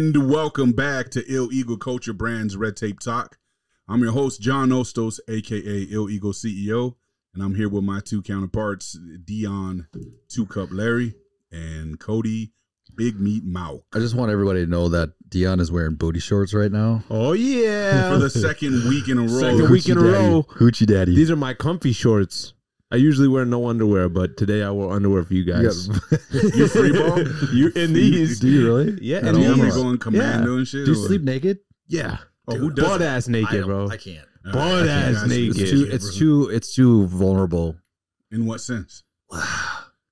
Welcome back to Ill Eagle Culture Brands Red Tape Talk. I'm your host, John Ostos, aka Ill Eagle CEO, and I'm here with my two counterparts, Dion Two Cup Larry and Cody Big Meat Mouth. I just want everybody to know that Dion is wearing booty shorts right now. Oh yeah, For the second week in a row. Second week in a Hoochie daddy. row. Hoochie daddy. These are my comfy shorts. I usually wear no underwear, but today I wore underwear for you guys. You free ball? You're in these. Do you really? Yeah, At and And all? then we these. going commando and shit. Do you or- sleep naked? Yeah. Oh, who Dude, does butt ass I naked, don't- bro. I can't. Uh, Butt okay, ass guys, naked. It's Yeah, too. yeah, It's too. It's too vulnerable. In what sense?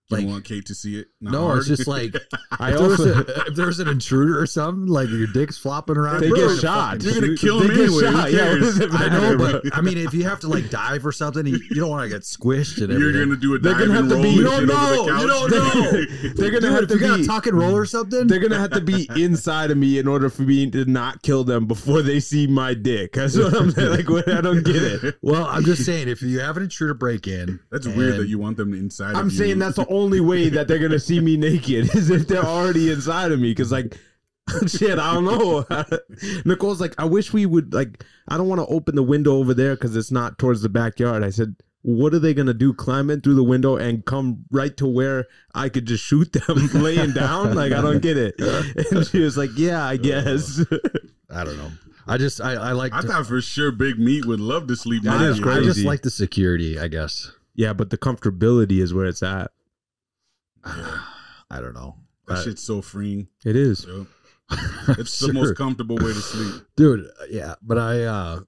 You Like don't want Kate to see it? Not No, hard? it's just like I if there's, also. a, if there's an intruder or something, like your dick's flopping around. They you're get gonna shot. You're fucking- gonna Dude, kill they him get anyway. Who shot. Yeah, what does it cares? I matter, know, bro? but I mean, if you have to like dive or something, you, you don't want to get squished and You're everything. gonna do a They're dive gonna and have to roll be- and You shit don't over the know. You couch. don't They're gonna Dude, have if to you got a be- talk and roll or something. They're gonna have to be inside of me in order for me to not kill them before they see my dick. That's what I'm saying. Like, what- I don't get it. Well, I'm just saying, if you have an intruder break in, That's weird and- that you want them inside. of I'm you. saying that's the only way that they're gonna see me naked is if they're already inside of me. Cause like, shit, I don't know. Nicole's like, I wish we would like. I don't want to open the window over there because it's not towards the backyard. I said, what are they gonna do? Climb in through the window and come right to where I could just shoot them laying down? Like, I don't get it. And she was like, Yeah, I guess. I don't know. I just I, I like I to, thought for sure Big Meat would love to sleep. That I, naked. is I just crazy. like the security, I guess. yeah, but the comfortability is where it's at. I don't know. That shit's so freeing. It is. Yo. It's the most comfortable way to sleep. dude yeah but i uh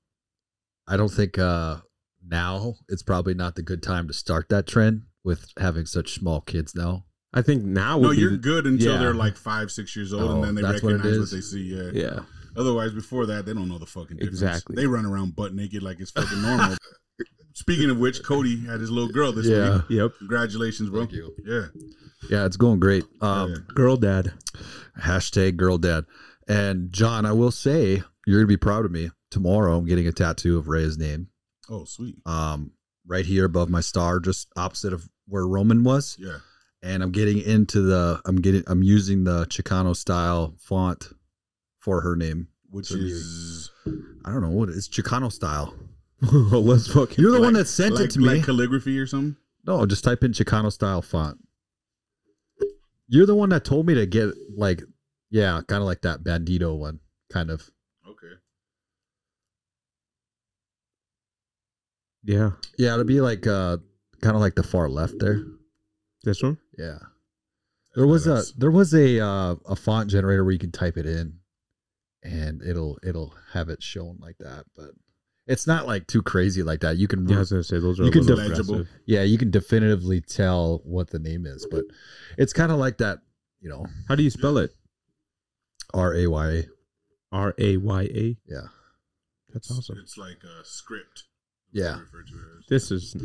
i don't think uh now it's probably not the good time to start that trend with having such small kids now I think now. No, would be you're the- good until yeah. they're like five, six years old, Oh, and then they that's what it recognize what, is? they see. Yeah. Yeah. Otherwise, before that, they don't know the fucking difference. Exactly. They run around butt naked like it's fucking normal. Speaking of which, Cody had his little girl this Yeah. week. Yep. Congratulations, bro. Thank you. Yeah. yeah it's going great um Yeah. Girl dad. hashtag girl dad and john i will say you're gonna be proud of me tomorrow i'm getting a tattoo of ray's name Oh, sweet. um right here above my star just opposite of where roman was Yeah. and i'm getting into the i'm getting i'm using the chicano style font for her name Which So you- is i don't know what it's chicano style Let's fucking. you're the one Like- that sent like, it to me like calligraphy or something. No, just type in Chicano style font. You're the one that told me to get like, yeah, kind of like that bandito one, kind of. Okay. Yeah. Yeah, it'll be like uh, kind of like the far left there. This one? Mm-hmm. Yeah, there was a That's- there was a uh, a font generator where you can type it in, and it'll it'll have it shown like that. But it's not like too crazy like that. You can Yeah, I was gonna say those are You a can little def- aggressive. yeah you can definitively tell what the name is, but it's kind of like that. You know, How do you spell it? R A Y A. R A Y A. Yeah. That's awesome. It's like a script. Yeah. They refer to it as. This is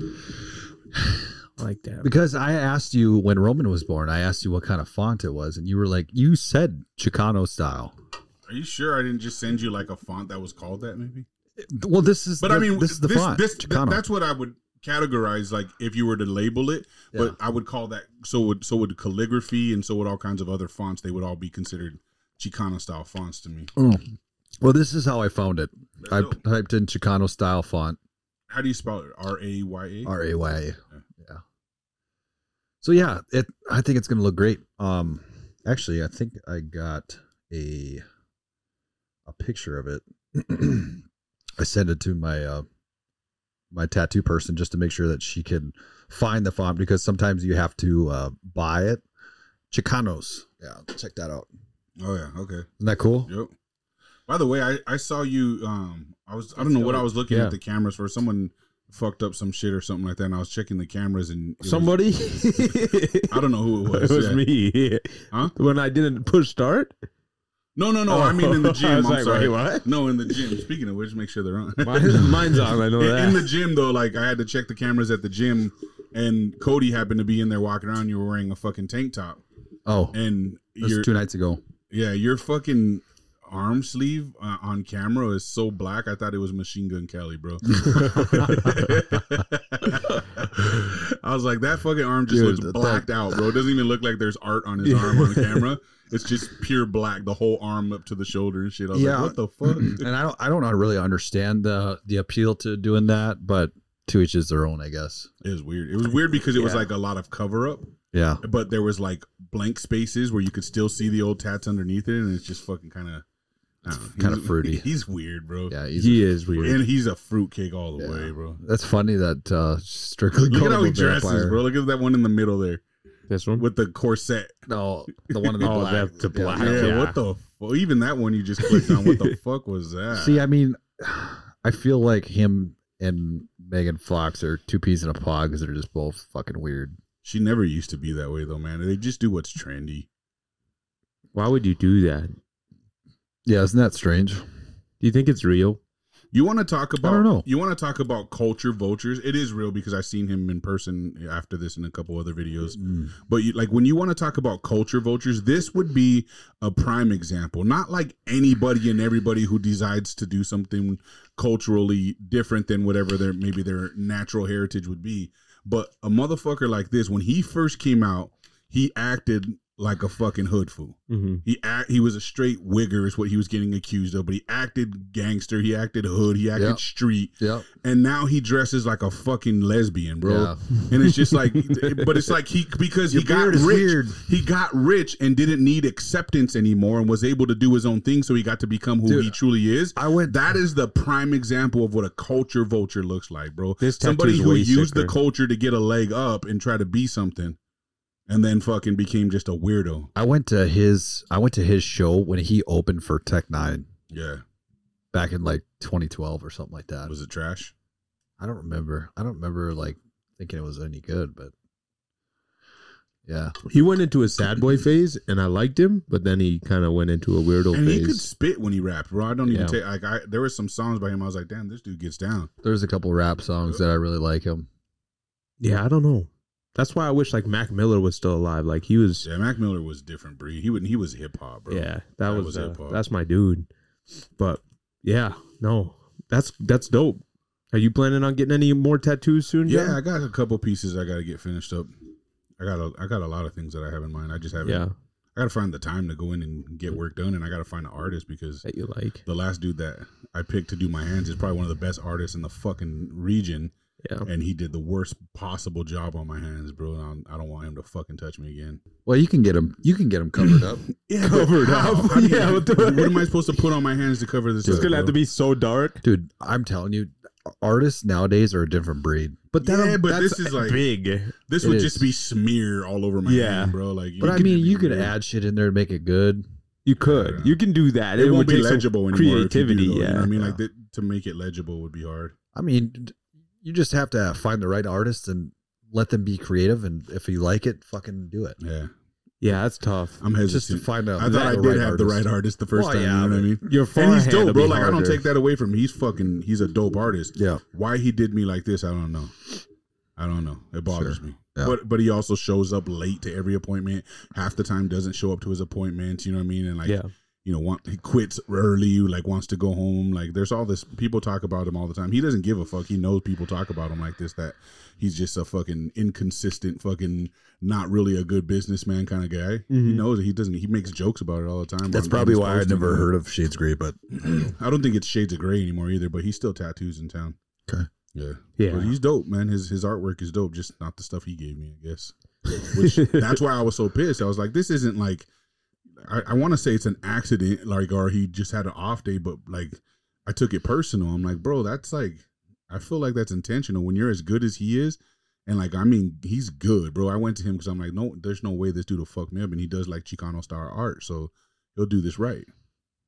I like that. Because I asked you when Roman was born, I asked you what kind of font it was, and you were like, you said Chicano style. Are you sure I didn't just send you like a font that was called that? Maybe. Well, this is, But the, I mean, this is the this, font, This, th- Chicano. that's what I would categorize like if you were to label it. But I would call that so would so would calligraphy and so would all kinds of other fonts. They would all be considered Chicano style fonts to me. Mm. Well, this is how I found it. I Let's go. typed in Chicano style font, How do you spell it? R A Y A. R A Y A. Yeah. So yeah, it. I think it's gonna look great. Um, actually, I think I got a a picture of it. I sent it to my uh my tattoo person just to make sure that she can find the font because sometimes you have to uh, buy it. Chicanos. Yeah, check that out. Oh yeah. Okay. Isn't that cool? Yep. By the way, I, I saw you. Um, I was I don't know what I was looking Yeah. at the cameras for. Someone fucked up some shit or something like that, and I was checking the cameras and it was- Somebody I don't know who it was. It was yeah. me. Huh? When I didn't push start? No, no, no. I mean in the gym. I was I'm like, sorry. wait, what? No, in the gym. Speaking of which, make sure they're on. Mine, mine's on, I know in, that. in the gym though, like I had to check the cameras at the gym, and Cody happened to be in there walking around. You were wearing a fucking tank top, Oh, and this your was two nights ago. yeah, your fucking arm sleeve uh, on camera is so black. I thought it was Machine Gun Kelly, bro. I was like, that fucking arm just Dude, looks that- blacked out, bro. It doesn't even look like there's art on his Yeah. arm on the camera. It's just pure black, the whole arm up to the shoulder and shit. I was Yeah. like, what the fuck? and I don't I don't really understand the the appeal to doing that, but to each is their own, I guess. it was weird. It was weird because it was Yeah. like a lot of cover up, Yeah. but there was like blank spaces where you could still see the old tats underneath it, and it's just fucking kind of. kinda fruity. He's weird, bro. Yeah. He's, He is weird. And he's a fruitcake all the Yeah. way, bro. that's funny that uh strictly Look at Golden how he Vampire- dresses, bro. Look at that one in the middle there This one. with the corset. No, the one in the Oh, black. that- the black. Yeah, Yeah. what the fuck? Even that one you just clicked on. What the fuck was that? See, I mean, I feel like him and Megan Fox are two peas in a pod because they're just both fucking weird. she never used to be that way though, man. They just do what's trendy. Why would you do that? Yeah, isn't that strange? Do you think it's real? You want to talk about? don't know. You want to talk about culture vultures? It is real because I've seen him in person after this and a couple other videos. Mm. But you, like when you want to talk about culture vultures, this would be a prime example. Not like anybody and everybody who decides to do something culturally different than whatever their maybe their natural heritage would be. But a motherfucker like this, when he first came out, he acted like a fucking hood fool. Mm-hmm. He act, he was a straight wigger is what he was getting accused of, but he acted gangster, he acted hood, he acted Yeah. street, Yeah, and now he dresses like a fucking lesbian, bro yeah. and it's just like but it's like he because he Your got beard is rich weird. he got rich and didn't need acceptance anymore and was able to do his own thing so he got to become who Dude, he truly is I went. that is the prime example of what a culture vulture looks like bro This somebody tattoo's who way used the sicker. culture to get a leg up and try to be something and then fucking became just a weirdo I went to his. I went to his show when he opened for Tech Nine yeah back in like 2012 or something like that. was it trash I don't remember. I don't remember like thinking it was any good, but yeah, He went into a sad boy phase, and I liked him, but then he kind of went into a weirdo and phase. he could spit when he rapped bro i don't even Yeah. take like i there were some songs by him i was like damn this dude gets down there's a couple rap songs that I really like him. yeah, I don't know. That's why I wish like Mac Miller was still alive. Like he was. yeah mac miller was different breed he wouldn't he was hip-hop bro Yeah, that, was, was uh, hip-hop. that's my dude. But yeah, no, that's that's dope. Are you planning on getting any more tattoos soon? Yeah, John? I got a couple pieces I got to get finished up. I got a I got a lot of things that I have in mind. I just haven't. yeah, I got to find the time to go in and get work done, and I got to find an artist because that you like. the last dude that I picked to do my hands is probably one of the best artists in the fucking region, Yeah, and he did the worst possible job on my hands, bro. And I'm, I don't want him to fucking touch me again. Well, you can get him. You can get him covered up. Yeah, Covered up. yeah, Yeah, what, what the- am I supposed to put on my hands to cover this? it's up, gonna have bro? to be so dark. dude i'm telling you artists nowadays are a different breed but then Yeah, but that's- this is like Big. this it would is. just be smear all over my Yeah. hand, bro. Like, but i could- mean you could add shit in there to make it good You could. Yeah. You can do that. it, won't would be take some legible anymore. if you do, Creativity. though, you know yeah. what I mean, Yeah. like that, to make it legible would be hard. i mean d- you just have to find the right artists and let them be creative and if you like it fucking do it Yeah, Yeah, that's tough. I'm just to hesitant. find out I thought I did have the right artist the first Well, time. yeah, you know what I but- mean? Your And he's dope, bro. Like I don't take that away from him. He's fucking. He's a dope artist. yeah Why he did me like this, I don't know. I don't know. It bothers Sure. me. Yeah. But but he also shows up late to every appointment. Half the time doesn't show up to his appointments. You know what I mean? And like yeah, you know, want he quits early. Like wants to go home. Like there's all this. People talk about him all the time. He doesn't give a fuck. He knows people talk about him like this. That he's just a fucking inconsistent, fucking not really a good businessman kind of guy. He Mhm. knows it. He doesn't. He makes jokes about it all the time. that's on- on probably his why i posting. never heard of shades gray but I don't think it's Shades of Gray anymore either, but he still tattoos in town. Okay. Yeah. yeah. But he's dope, man. His his artwork is dope, just not the stuff he gave me, I guess. Which that's why I was so pissed. I was like, this isn't like I, I want to say it's an accident, like, or he just had an off day, but like I took it personal. I'm like, bro, that's like I feel like that's intentional. When you're as good as he is, and like I mean, he's good, bro. I went to him because I'm like, no, there's no way this dude will fuck me up, and he does like Chicano star art, so he'll do this right.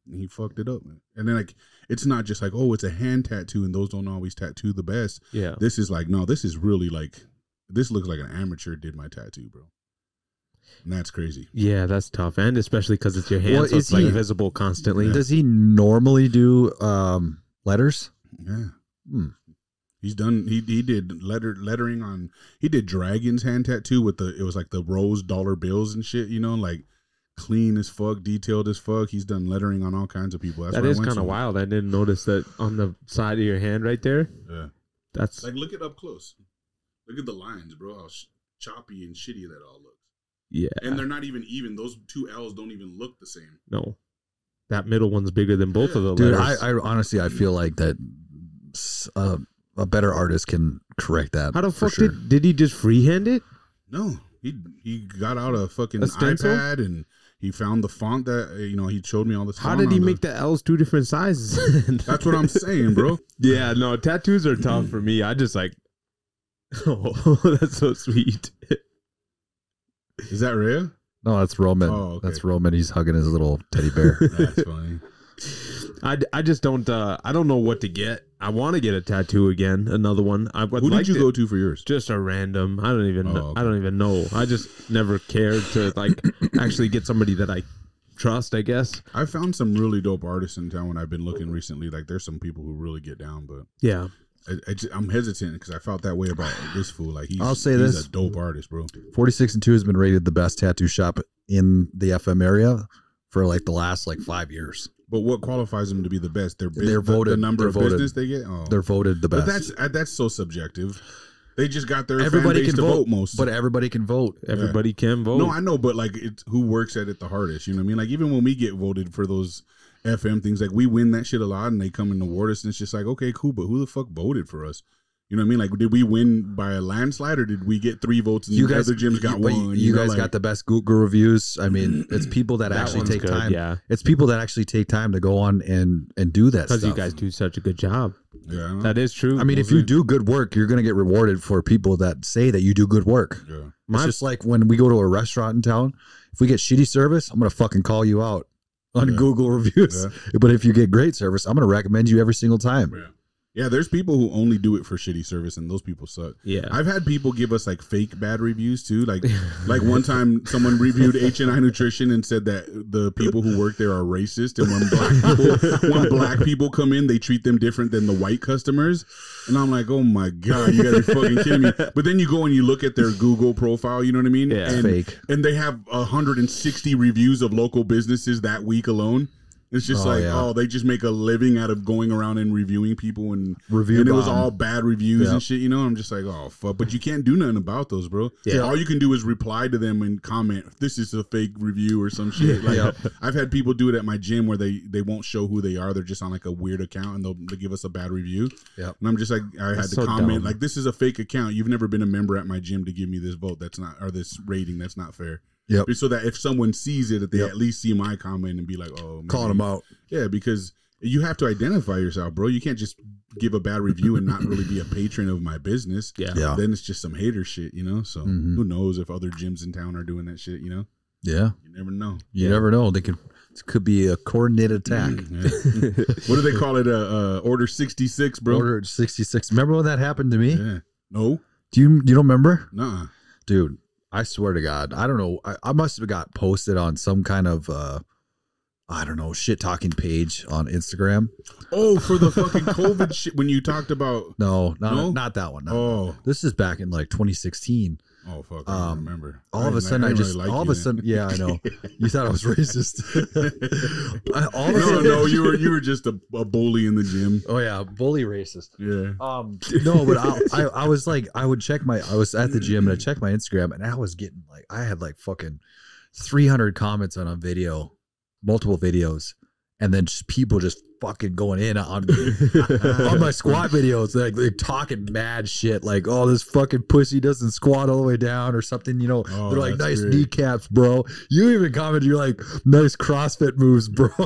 And he fucked it up, man. And then like, it's not just like, oh, it's a hand tattoo, and those don't always tattoo the best. yeah. This is like, no, this is really like, this looks like an amateur did my tattoo, bro. And that's crazy. Yeah, that's tough, and especially because it's your hand, Well, so it's is like he- visible constantly. does he normally do um letters Yeah. Hmm. He's done. He he did letter lettering on. He did dragon's hand tattoo with the. It was like the rose dollar bills and shit. You know, like clean as fuck, detailed as fuck. He's done lettering on all kinds of people. That's That why I is went kind to of him. wild. I didn't notice that on the side of your hand right there. Yeah. That's Like look it up close. Look at the lines, bro. How sh- choppy and shitty that all looks. Yeah. And they're not even even. Those two L's don't even look the same. no. That middle one's bigger than both of the Dude, I, letters. I honestly I feel like that s- uh, a better artist can correct that. How the for fuck sure. did did he just freehand it? No, he he got out a fucking A stencil? iPad and he found the font that uh, you know he showed me all this. How font did he on the- make the L's two different sizes? That's what I'm saying, bro. Yeah, no, tattoos are tough for me. I just like, oh, that's so sweet. Is that Rhea? No, that's Roman. Oh, okay. That's Roman. He's hugging his little teddy bear. That's funny. I, I just don't uh I don't know what to get. I want to get a tattoo again, another one. I would Who like did you to- go to for yours? Just a random. I don't even. Oh, know okay. I don't even know. I just never cared to like actually get somebody that I trust. I guess. I found some really dope artists in town when I've been looking recently. Like there's some people who really get down, but Yeah. I, I just, I'm hesitant because I felt that way about this fool. Like he's, I'll say he's this. a dope artist, bro. 46 and 2 has been rated the best tattoo shop in the FM area for like the last like 5 years. But what qualifies him to be the best? Their bus- the- They're The voted- number they're of voted. business they get. Oh. They're voted the best. but that's uh, that's so subjective. They just got their everybody fan base can to vote, vote most. but everybody can vote. Everybody can vote. Oh. No, I know, but like it's who works at it the hardest. You know what I mean? Like even when we get voted for those FM things, like we win that shit a lot, and they come and award us, and it's just like, okay, cool, but who the fuck voted for us? You know what I mean? Like, did we win by a landslide, or did we get three votes and You the guys, other gyms got you, but one? You, you know, guys like- got the best Google reviews. I mean, it's people that, That actually one's take good, time. Yeah. It's people that actually take time to go on and and do that Because stuff. you guys do such a good job. yeah, I know. That is true. I mean, if you do good work, you're going to get rewarded for people that say that you do good work. yeah. It's My- just like when we go to a restaurant in town. If we get shitty service, I'm gonna fucking call you out on Yeah. Google reviews. But if you get great service, I'm gonna recommend you every single time. Yeah. Yeah, there's people who only do it for shitty service, and those people suck. yeah. I've had people give us like fake bad reviews too. Like, like one time someone reviewed H and I Nutrition and said that the people who work there are racist, and when black people when black people come in, they treat them different than the white customers. And I'm like, oh my god, you gotta be fucking kidding me! But then you go and you look at their Google profile, you know what I mean? Yeah. and, Fake. And they have 160 reviews of local businesses that week alone. It's just Oh, like, yeah. oh, they just make a living out of going around and reviewing people and Review and it was bomb. all bad reviews Yeah. and shit. You know, I'm just like, oh fuck. But you can't do nothing about those, bro. Yeah. All you can do is reply to them and comment. This is a fake review or some shit. Like Yeah. I've had people do it at my gym where they they won't show who they are. They're just on like a weird account and they'll, they'll give us a bad review. Yeah. And I'm just like, I had That's to so comment dumb. like, this is a fake account. You've never been a member at my gym to give me this vote. That's not or this rating. That's not fair. Yep. So that if someone sees it, that they Yep. at least see my comment and be like, oh, Calling maybe- them out. yeah, because you have to identify yourself, bro. You can't just give a bad review and not really be a patron of my business. yeah. Yeah. Then it's just some hater shit, you know? So Mhm. who knows if other gyms in town are doing that shit, you know? Yeah. You never know. You never know. They could it could be a coordinated attack. Yeah. what do they call it? Uh, uh, order 66, bro. Order 66. Remember when that happened to me? Yeah. No, Do you you don't remember? nah. Dude, I swear to God. I don't know. I, I must have got posted on some kind of uh I don't know, shit talking page on Instagram. Oh, for the fucking COVID shit when you talked about. No, not No? not that one. not- Oh, This is back in like 2016. oh fuck! I don't Um, remember. all of a didn't- sudden I, didn't just really like all of you a then. sudden yeah I know you thought I was racist. I- all of a no, sudden, no, you were you were just a, a bully in the gym. oh yeah, bully racist. Yeah. Um, no, but I, I I was like I would check my I was at the gym and I checked my Instagram and I was getting like I had like fucking 300 comments on a video, multiple videos, and then just people just fucking going in on on my squat videos, like, like talking mad shit, like, oh, this fucking pussy doesn't squat all the way down or something, you know. Oh, They're like, that's nice great. kneecaps, bro. You even commented, you're like, nice CrossFit moves, bro.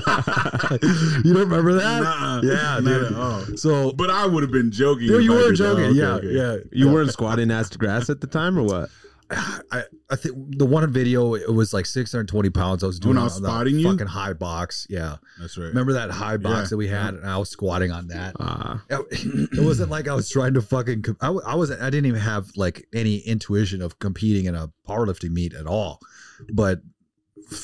you don't remember that? Nah, yeah, not dude. at all. So, But I would have been joking. yeah, if you I were did that. joking. Okay, yeah, okay. yeah. You weren't squatting ass to grass at the time, or what? I, I think the one video, it was like 620 pounds. I was doing When Oh, I it was on that spotting you? fucking high box. Yeah. That's right. Remember that high box Yeah. that we had? And I was squatting on that. Ah, it wasn't like I was trying to fucking. Com- I, w- I wasn't. I didn't even have like any intuition of competing in a powerlifting meet at all. But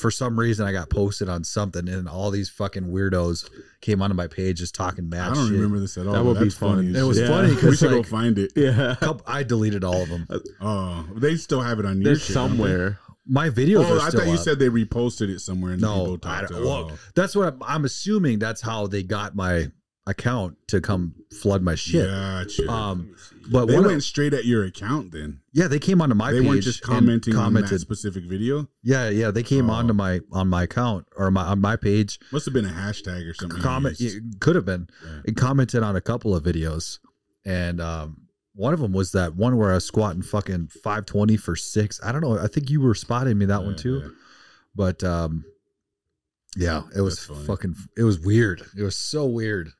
for some reason, I got posted on something, and all these fucking weirdos came onto my page just talking mad I don't shit. remember this at all. That but would be that's fun. as It was shit. funny We 'cause, should like- go find it. yeah. Couple- I deleted all of them. Oh, they still have it on your There's shit, don't they? somewhere. My videos. Oh, are I still thought you up. said they reposted it Oh, somewhere. And No, people I talked don't- to- look, that's what I'm, I'm assuming. That's how they got my account to come flood my shit. Gotcha. Um, but But they one of- went straight at your account then. yeah, they came onto my they page. weren't just and commenting commented. on that specific video. yeah, yeah, they came Oh. onto my on my account or my on my page. Must have been a hashtag or something. you Comment used. it could have been. Yeah. It commented on a couple of videos, and um, one of them was that one where I was squatting fucking five twenty for six. I don't know. I think you were spotting me that one Yeah, too. yeah. But um, yeah, it was That's funny. fucking. It was weird. It was so weird.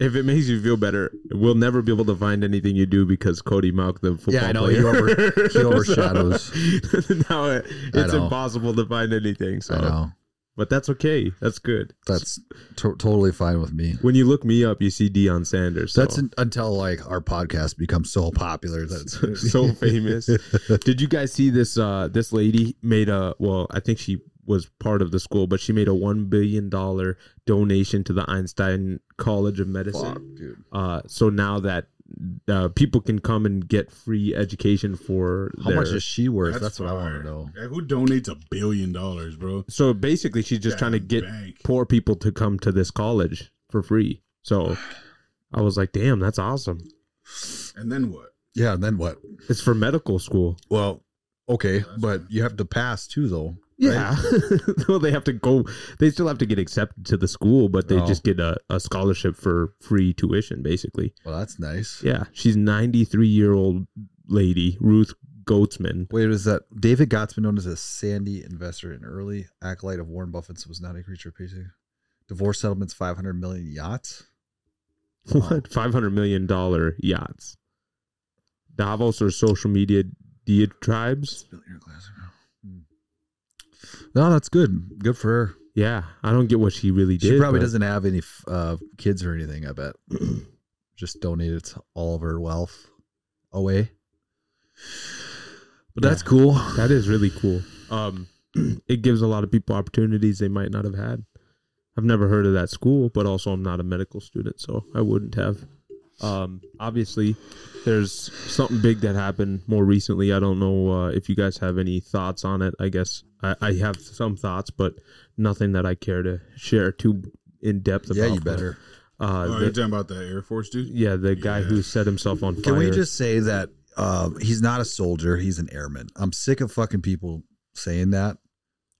If it makes you feel better, we'll never be able to find anything you do because Cody Malk, the football I know, player, he over- he overshadows. So, now it- I it's know. impossible to find anything. So, I know. but that's okay. That's good. That's to- totally fine with me. When you look me up, you see Deion Sanders. So. That's un- until like our podcast becomes so popular that it's so famous. Did you guys see this? Uh, this lady made a well, I think she was part of the school, but she made a one billion dollar donation to the Einstein College of Fuck, Medicine. dude. Uh, so now that uh, people can come and get free education for How their, much is she worth? That's, what I want fire. to know. Yeah, who donates a billion dollars, bro? so basically she's just trying to Damn get bank. poor people to come to this college for free. So I was like, damn, that's awesome. And then what? Yeah, and then what? It's for medical school. Well, okay, That's but you have to pass too, though. Yeah. well, they have to go. They still have to get accepted to the school, but they Oh. just get a, a scholarship for free tuition, basically. Well, that's nice. Yeah. She's 93 year old lady, Ruth Goetzman. Wait, is that David Gottsman, known as a Sandy investor and early acolyte of Warren Buffett's, was not a creature of paycheck? Divorce settlements, five hundred million yachts. What? $500 million yachts. Davos or social media diatribes? Billionaire class. Hmm. No, that's good. Good for her. Yeah. I don't get what she really did. She probably but- doesn't have any f- uh, kids or anything. I bet. Just donated all of her wealth away. But that's Yeah. cool. That is really cool. Um, it gives a lot of people opportunities they might not have had. I've never heard of that school, but also I'm not a medical student, so I wouldn't have. Um, obviously, there's something big that happened more recently. I don't know uh, if you guys have any thoughts on it. I guess I, I have some thoughts, but nothing that I care to share too in depth. yeah, about, you but, better. Uh, oh, the- you're talking about the Air Force dude? yeah, the guy Yeah. who set himself on fire. Can we just say that um, he's not a soldier? He's an airman. I'm sick of fucking people saying that.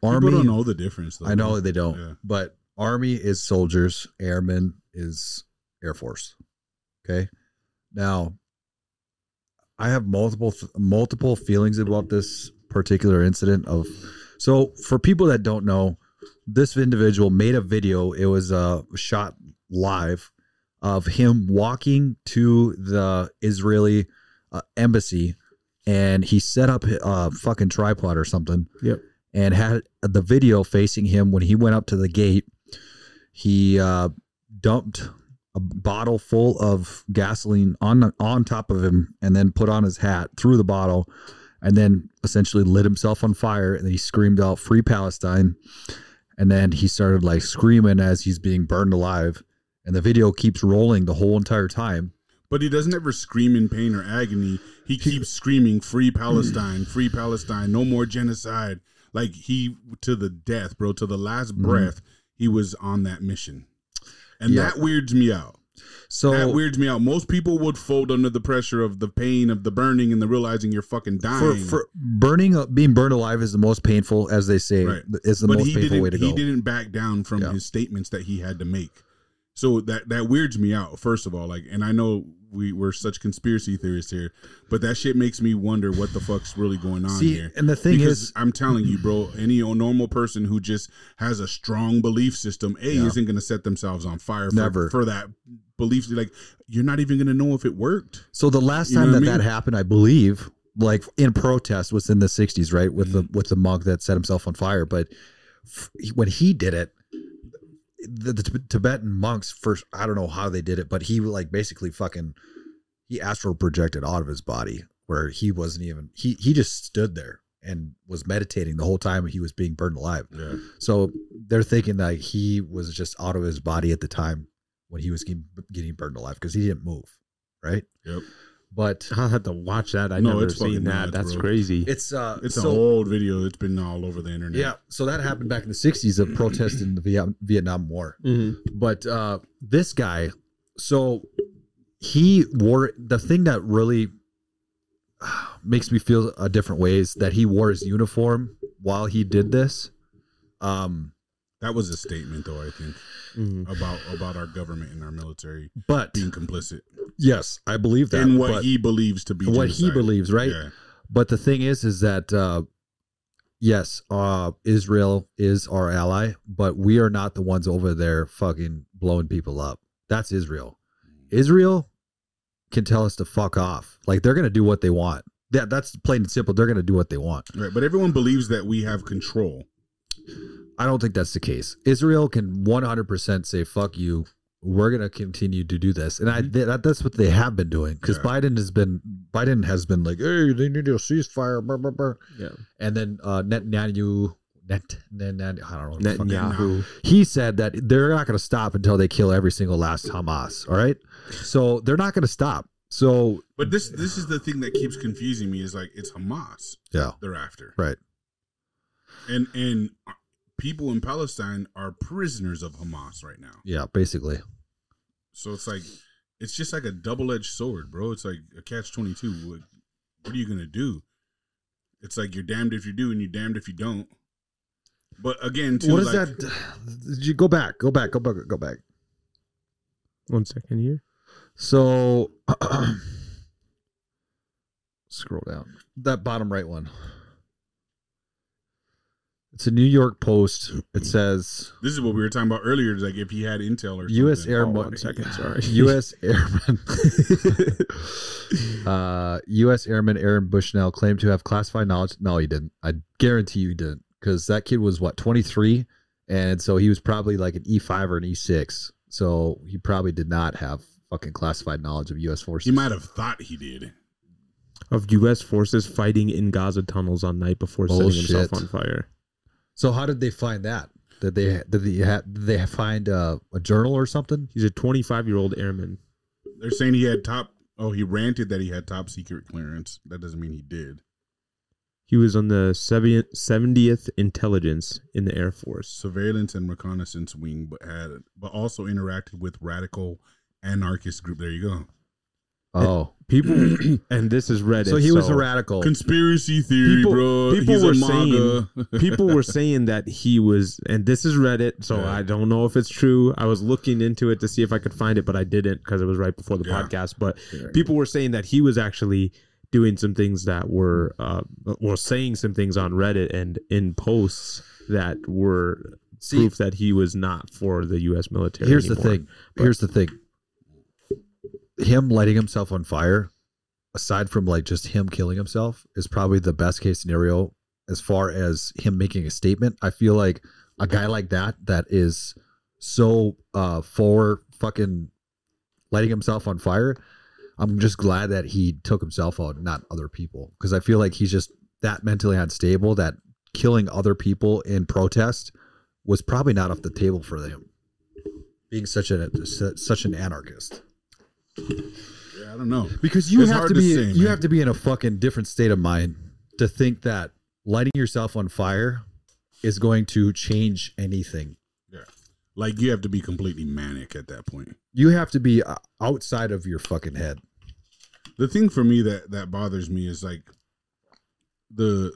Army, People don't know the difference. Though, I know they don't, Yeah. but army is soldiers, airmen is air force. Okay, now I have multiple multiple feelings about this particular incident of. So for people that don't know, this individual made a video. It was uh, shot live of him walking to the Israeli uh, embassy, and he set up a fucking tripod or something. Yep. And had the video facing him when he went up to the gate. He uh, dumped a bottle full of gasoline on on top of him, and then put on his hat, threw the bottle, and then essentially lit himself on fire. And then he screamed out, "Free Palestine!" And then he started like screaming as he's being burned alive. And the video keeps rolling the whole entire time. But he doesn't ever scream in pain or agony. He keeps screaming, "Free Palestine! Free Palestine! No more genocide!" Like he to the death, bro. To the last breath, he was on that mission, and Mm-hmm. Yeah. that weirds me out. So that weirds me out. Most people would fold under the pressure of the pain of the burning and the realizing you're fucking for, dying. for burning uh, being burned alive is the most painful as they say Right. is the but most he didn't. painful way to he go didn't back down from Yeah. his statements that he had to make. So that that weirds me out. First of all, like, and I know we we're such conspiracy theorists here, but that shit makes me wonder what the fuck's really going on see here. and the thing because is I'm telling you, bro, any normal person who just has a strong belief system, a Yeah. isn't going to set themselves on fire for, Never. for that belief. Like, you're not even going to know if it worked. so the last you know what time that I that mean? happened i believe like in protest was in the 60s right with Mm-hmm. the with the monk that set himself on fire but f- when he did it the, the Tib- tibetan monks first i don't know how they did it but he like basically fucking he astral projected out of his body where he wasn't even he he just stood there and was meditating the whole time he was being burned alive Yeah. So they're thinking that he was just out of his body at the time when he was getting, getting burned alive because he didn't move, right? Yep. But I had to watch that. I No, never it's fucking seen that. nuts, That's bro. crazy. it's uh It's so- an old video. It's been all over the internet. yeah, so that happened back in the 60s of protesting the Viet- Vietnam War. Mm-hmm. Mhm. but uh this guy so he wore the thing that really uh, makes me feel a different way is that he wore his uniform while he did this um That was a statement, though. I think Mhm. about about our government and our military but being complicit yes i believe that in what but- he believes to be what he genocide. believes right Yeah. but the thing is is that uh yes uh israel is our ally but we are not the ones over there fucking blowing people up that's israel Mm. israel can tell us to fuck off like they're gonna do what they want that that's plain and simple they're gonna do what they want Right, but everyone believes that we have control. i don't think that's the case israel can 100% say fuck you we're gonna continue to do this and i th- that, that's what they have been doing because Mm-hmm. Yeah. biden has been biden has been like hey they need a ceasefire blah, blah, blah. Yeah. And then uh, Netanyahu, Net, Net, Net, I don't know. what the fuck it- Netanyahu. He said that they're not going to stop until they kill every single last Hamas. All right. So they're not going to stop. So, But this this is the thing that keeps confusing me is like it's Hamas yeah. they're after. Right. And and people in Palestine are prisoners of Hamas right now. Yeah. Basically. So it's like it's just like a double edged sword, bro. It's like a catch twenty two. What what are you gonna do? It's like you're damned if you do and you're damned if you don't. But again, too, What is like, that? You go back, go back, go back, go back. One second here. So scroll down. That bottom right one. It's a New York Post. It says This is what we were talking about earlier. Is like if he had intel or U.S. something. Air Oh, Mo- one second, sorry. U.S. Airman. uh, U.S. Airman Aaron Bushnell claimed to have classified knowledge. No, he didn't. I guarantee you he didn't, because that kid was what 23, and so he was probably like an E5 or an E6. So he probably did not have fucking classified knowledge of U.S. forces. He might have thought he did. Of U.S. forces fighting in Gaza tunnels on night before setting himself Bullshit. on fire. So how did they find that? Did they did they, ha- did they find uh, a journal or something? He's a 25 year old airman. They're saying he had top. Oh, he ranted that he had top secret clearance. That doesn't mean he did. He was on the 70th, 70th Intelligence in the Air Force. Surveillance and reconnaissance wing, but had but also interacted with radical anarchist group. There you go. Oh, People, and this is Reddit. so he was a radical. Conspiracy theory, People- bro. people He's a were MAGA. people were saying that he was, and this is Reddit, so Yeah. I don't know if it's true. I was looking into it to see if I could find it, but I didn't because it was right before the Yeah. podcast. But people were saying that he was actually doing some things that were, uh, well, saying some things on Reddit and in posts that were See, proof that he was not for the U.S. military. Here's the anymore. thing. Here's the thing. Him lighting himself on fire, aside from like just him killing himself, is probably the best case scenario as far as him making a statement. I feel like a guy like that that is so uh for fucking lighting himself on fire. I'm just glad that he took himself out, not other people, because I feel like he's just that mentally unstable that killing other people in protest was probably not off the table for him being such a such an anarchist yeah, I don't know. because you It's have hard to to be say, you man. have to be in a fucking different state of mind to think that lighting yourself on fire is going to change anything Like you have to be completely manic at that point. you have to be uh, outside of your fucking head The thing for me that that bothers me is like the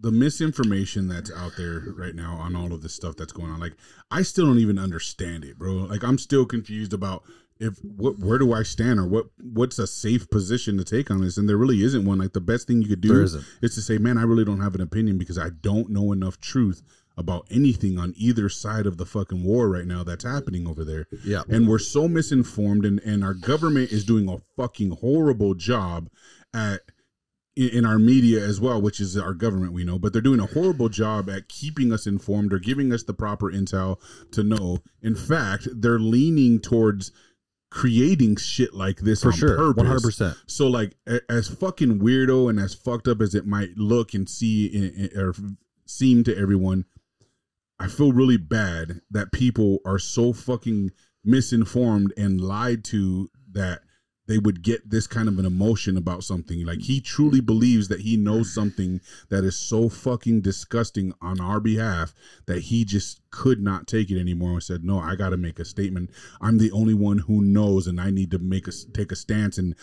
the misinformation that's out there right now on all of the stuff that's going on. Like I still don't even understand it, bro. Like I'm still confused about if what where do I stand or what what's a safe position to take on this and there really isn't one. Like the best thing you could do there isn't is to say, man, I really don't have an opinion because I don't know enough truth about anything on either side of the fucking war right now that's happening over there. yeah And we're so misinformed, and, and our government is doing a fucking horrible job at in, in our media as well, which is our government, we know, but they're doing a horrible job at keeping us informed or giving us the proper intel to know. In fact, they're leaning towards creating shit like this for on sure purpose. 100% So like a- as fucking weirdo and as fucked up as it might look and see in, in- or seem to everyone, I feel really bad that people are so fucking misinformed and lied to that they would get this kind of an emotion about something. Like he truly believes that he knows something that is so fucking disgusting on our behalf that he just could not take it anymore and said, "No, I got to make a statement. I'm the only one who knows, and I need to make a s- take a stance and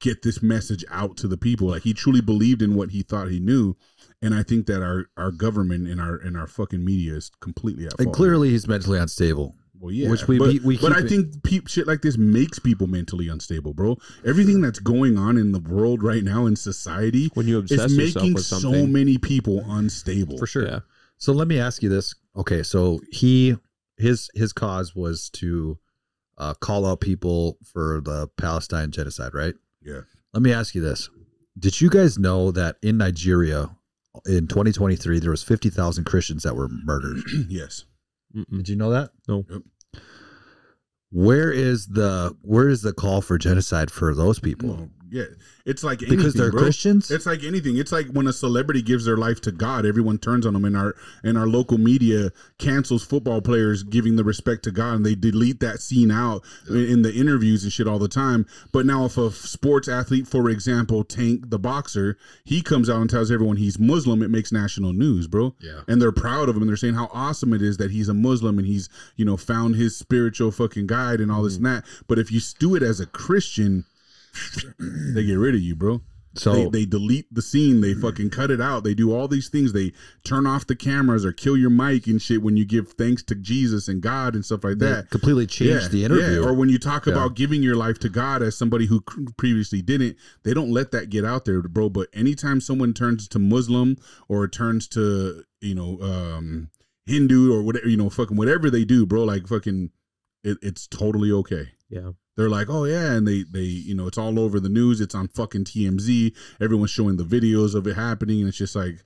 get this message out to the people." Like he truly believed in what he thought he knew. And I think that our, our government and our and our fucking media is completely at fault. And here. clearly, he's mentally unstable. Well, yeah, Which we- but, we- we but keep I it- think peep shit like this makes people mentally unstable, bro. Everything that's going on in the world right now in society When you obsess is yourself making with so something. many people unstable. for sure. Yeah. So let me ask you this. Okay, so he his his cause was to uh, call out people for the Palestine genocide, right? Yeah. Let me ask you this: Did you guys know that in Nigeria in 2023 there was 50,000 Christians that were murdered? yes, Mm-mm. Did you know that? No. Yep. Where is the where is the call for genocide for those people? well, yeah, it's like anything, because they're bro. Christians. It's like anything. It's like when a celebrity gives their life to God, everyone turns on them, and our and our local media cancels football players giving the respect to God, and they delete that scene out in, in the interviews and shit all the time. But now, if a f- sports athlete, for example, Tank the boxer, he comes out and tells everyone he's Muslim, it makes national news, bro. Yeah. and they're proud of him, and they're saying how awesome it is that he's a Muslim and he's you know found his spiritual fucking guide and all this Mm-hmm. and that. But if you do it as a Christian, they get rid of you, bro so they, they delete the scene they fucking cut it out they do all these things they turn off the cameras or kill your mic and shit when you give thanks to jesus and god and stuff like they that completely changed the interview. or when you talk Yeah. about giving your life to God as somebody who cr- previously didn't, they don't let that get out there, bro. But anytime someone turns to Muslim or turns to you know um, Hindu or whatever, you know, fucking whatever they do, bro, like fucking, it, it's totally okay. Yeah. They're like, oh yeah, and they they you know it's all over the news. It's on fucking TMZ. Everyone's showing the videos of it happening, and it's just like,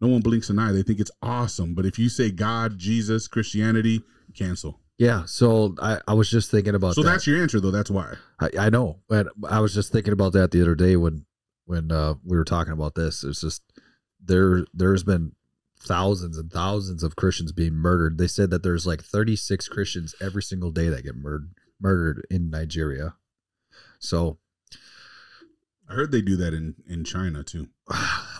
no one blinks an eye. They think it's awesome, but if you say God, Jesus, Christianity, cancel. yeah. So I, I was just thinking about So that. that's your answer, though. That's why. I, I know, but I was just thinking about that the other day when when uh, we were talking about this. It's just there there's been thousands and thousands of Christians being murdered. They said that there's like 36 Christians every single day that get murdered murdered in Nigeria. So I heard they do that in in China too.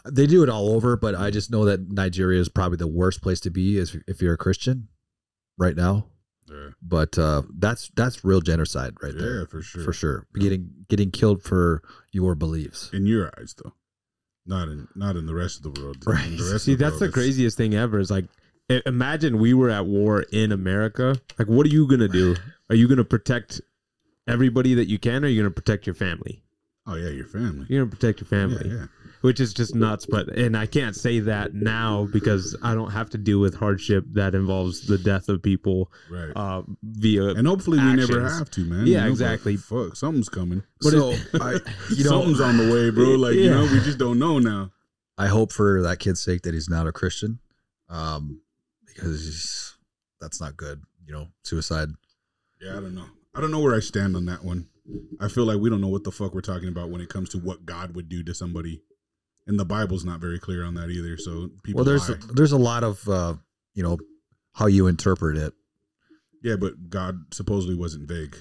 they do it all over, but I just know that Nigeria is probably the worst place to be if, if you're a Christian right now. But uh, that's that's real genocide right yeah, there for sure. for sure. Getting getting killed for your beliefs. In your eyes, though, not in not in the rest of the world. Right. In rest See, of that's world, the it's- craziest thing ever. Is like, i- imagine we were at war in America. Like, what are you gonna do? Are you gonna protect everybody that you can, or are you gonna protect your family? Oh yeah, your family. You're gonna protect your family, Yeah, yeah. which is just nuts. But and I can't say that now because I don't have to deal with hardship that involves the death of people Right. uh, via. and hopefully we never actions. have to, man. Yeah, but exactly. Fuck, something's coming. But so it- I, you know, something's on the way, bro. Like you Yeah. know, we just don't know now. I hope for that kid's sake that he's not a Christian, um, because he's- that's not good. You know, suicide. Yeah, I don't know. I don't know where I stand on that one. I feel like we don't know what the fuck we're talking about when it comes to what God would do to somebody, and the Bible's not very clear on that either. So people, well, there's lie. there's a lot of uh, you know how you interpret it. yeah, but God supposedly wasn't vague.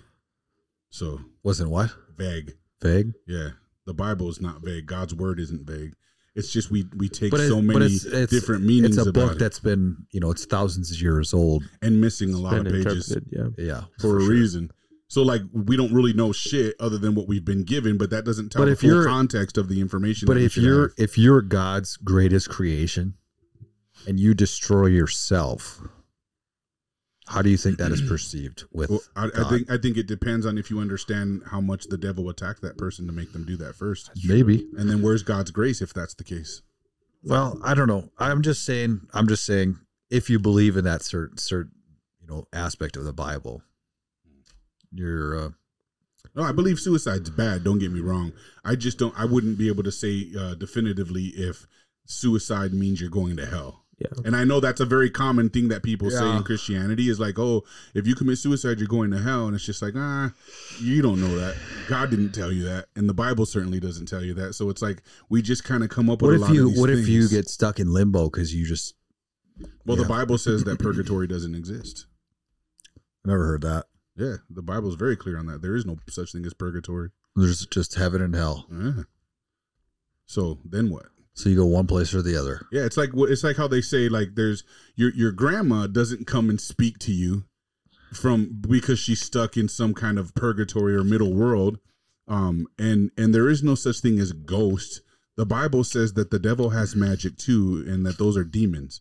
So Wasn't what vague. vague, Yeah, the Bible is not vague. God's word isn't vague. It's just we we take But it- so but many it's- it's- different meanings it's a about book it that's been you know it's thousands of years old. and missing a It's lot of been pages interpreted, yeah. Yeah, for a sure. reason. So like we don't really know shit other than what we've been given, but that doesn't tell But the if full you're- context of the information. But that we if should you're have. if you're God's greatest creation, and you destroy yourself, how do you think that is perceived? With Well, I, I God? think I think it depends on if you understand how much the devil attacked that person to make them do that first, maybe and then where's God's grace if that's the case? Well, I don't know. I'm just saying. I'm just saying. If you believe in that certain certain you know aspect of the Bible, you're uh, No, I believe suicide's bad. Don't get me wrong. I just don't. I wouldn't be able to say uh, definitively if suicide means you're going to hell. Yeah. And I know that's a very common thing that people say Yeah. in Christianity is like, oh, if you commit suicide, you're going to hell. And it's just like, ah, you don't know that. God didn't tell you that, and the Bible certainly doesn't tell you that. So it's like we just kind of come up what with a if lot you of these what if you things. get stuck in limbo because you just well, yeah. the Bible says that purgatory doesn't exist. never heard that. Yeah, the Bible is very clear on that. There is no such thing as purgatory. There's just heaven and hell. Yeah. So then what? So you go one place or the other. Yeah, it's like it's like how they say like there's your your grandma doesn't come and speak to you from because she's stuck in some kind of purgatory or middle world. Um and and there is no such thing as ghosts. The Bible says that the devil has magic too and that those are demons.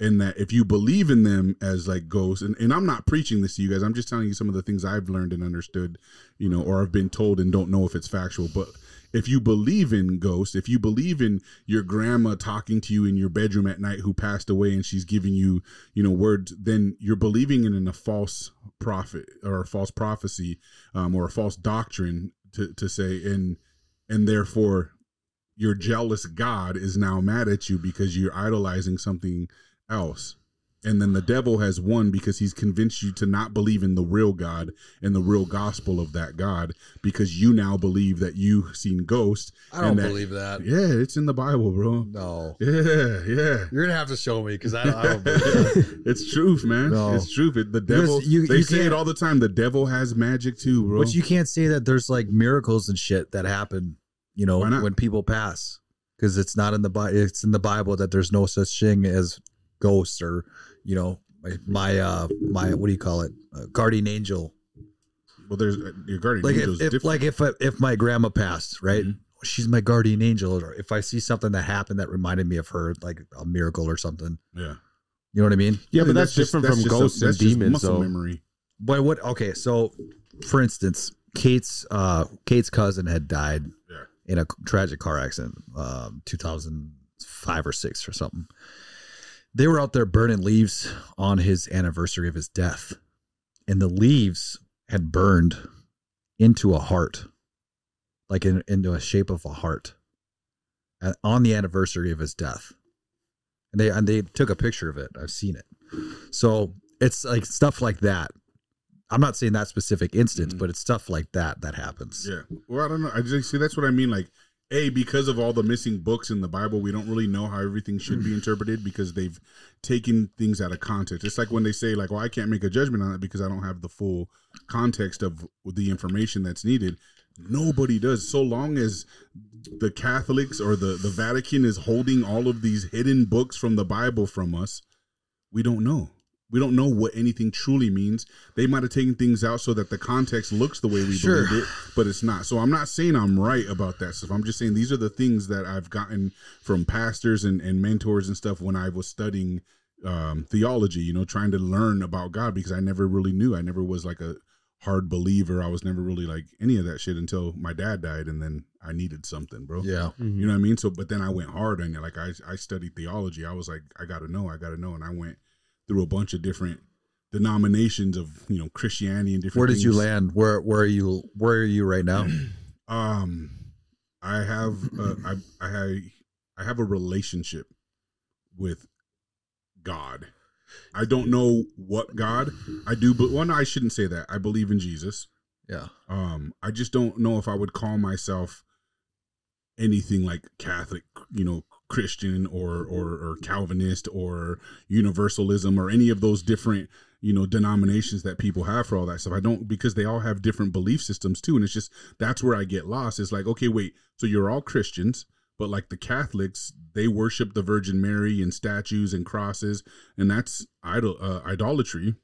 And that if you believe in them as like ghosts, and, and I'm not preaching this to you guys, I'm just telling you some of the things I've learned and understood, you know, or I've been told and don't know if it's factual, but if you believe in ghosts, if you believe in your grandma talking to you in your bedroom at night who passed away and she's giving you, you know, words, then you're believing in, in a false prophet or a false prophecy um, or a false doctrine to, to say, and and therefore your jealous God is now mad at you because you're idolizing something else. And then the devil has won because he's convinced you to not believe in the real God and the real gospel of that God because you now believe that you've seen ghosts. I don't and that- believe that. Yeah, it's in the Bible, bro. No. Yeah, yeah. You're going to have to show me because I, don't- I don't believe that. it's truth, man. No. It's truth. It, the Because devil. you- they you say it can't- all the time. The devil has magic too, bro. But you can't say that there's like miracles and shit that happen, you know, Why not? when people pass. Because it's not in the Bible. It's in the Bible that there's no such thing as ghosts or, you know, my, my uh, my what do you call it? Uh, guardian angel. well, there's uh, your guardian like angel's if, if different. Mm-hmm. like if uh, if my grandma passed, right? She's my guardian angel. Or if I see something that happened that reminded me of her, like a miracle or something, yeah, you know what I mean? Yeah, I but think that's, just- different that's from just a- ghosts and that's just demons. Muscle So memory. But what? Okay, so for instance, Kate's uh Kate's cousin had died Yeah. in a tragic car accident, um, two thousand five or six or something. They were out there burning leaves on his anniversary of his death, and the leaves had burned into a heart, like in, into a shape of a heart, uh, on the anniversary of his death. And they and they took a picture of it. I've seen it. So it's like stuff like that. I'm not saying that specific instance, Mhm. but it's stuff like that that happens. Yeah. Well, I don't know. I just see that's what I mean. Like, a because of all the missing books in the Bible, we don't really know how everything should be interpreted because they've taken things out of context. It's like when they say like, "Well, I can't make a judgment on it because I don't have the full context of the information that's needed." Nobody does. So long as the Catholics or the the Vatican is holding all of these hidden books from the Bible from us, we don't know. We don't know what anything truly means. They might have taken things out so that the context looks the way we Sure. believe it, but it's not. So I'm not saying I'm right about that stuff. I'm just saying these are the things that I've gotten from pastors and, and mentors and stuff when I was studying um, theology, you know, trying to learn about God because I never really knew. I never was like a hard believer. I was never really like any of that shit until my dad died and then I needed something, bro. Yeah. Mm-hmm. Mm-hmm. You know what I mean? So, but then I went hard on it. Like I, I studied theology. I was like, I gotta know, I gotta know, and I went through a bunch of different denominations of you know Christianity and different. Where did you things. land? Where where are you where are you right now? Um, I have, uh, I, I, have, I have a relationship with God. I don't know what God. I do, but well, no, I shouldn't say that. I believe in Jesus. Yeah. Um, I just don't know if I would call myself anything like Catholic, you know, Christian or or, or Calvinist or Universalism or any of those different you know denominations that people have for all that stuff. I don't because they all have different belief systems too, and it's just that's where I get lost. It's like okay, wait, so you're all Christians. But like the Catholics, they worship the Virgin Mary and statues and crosses, and that's idol uh, idolatry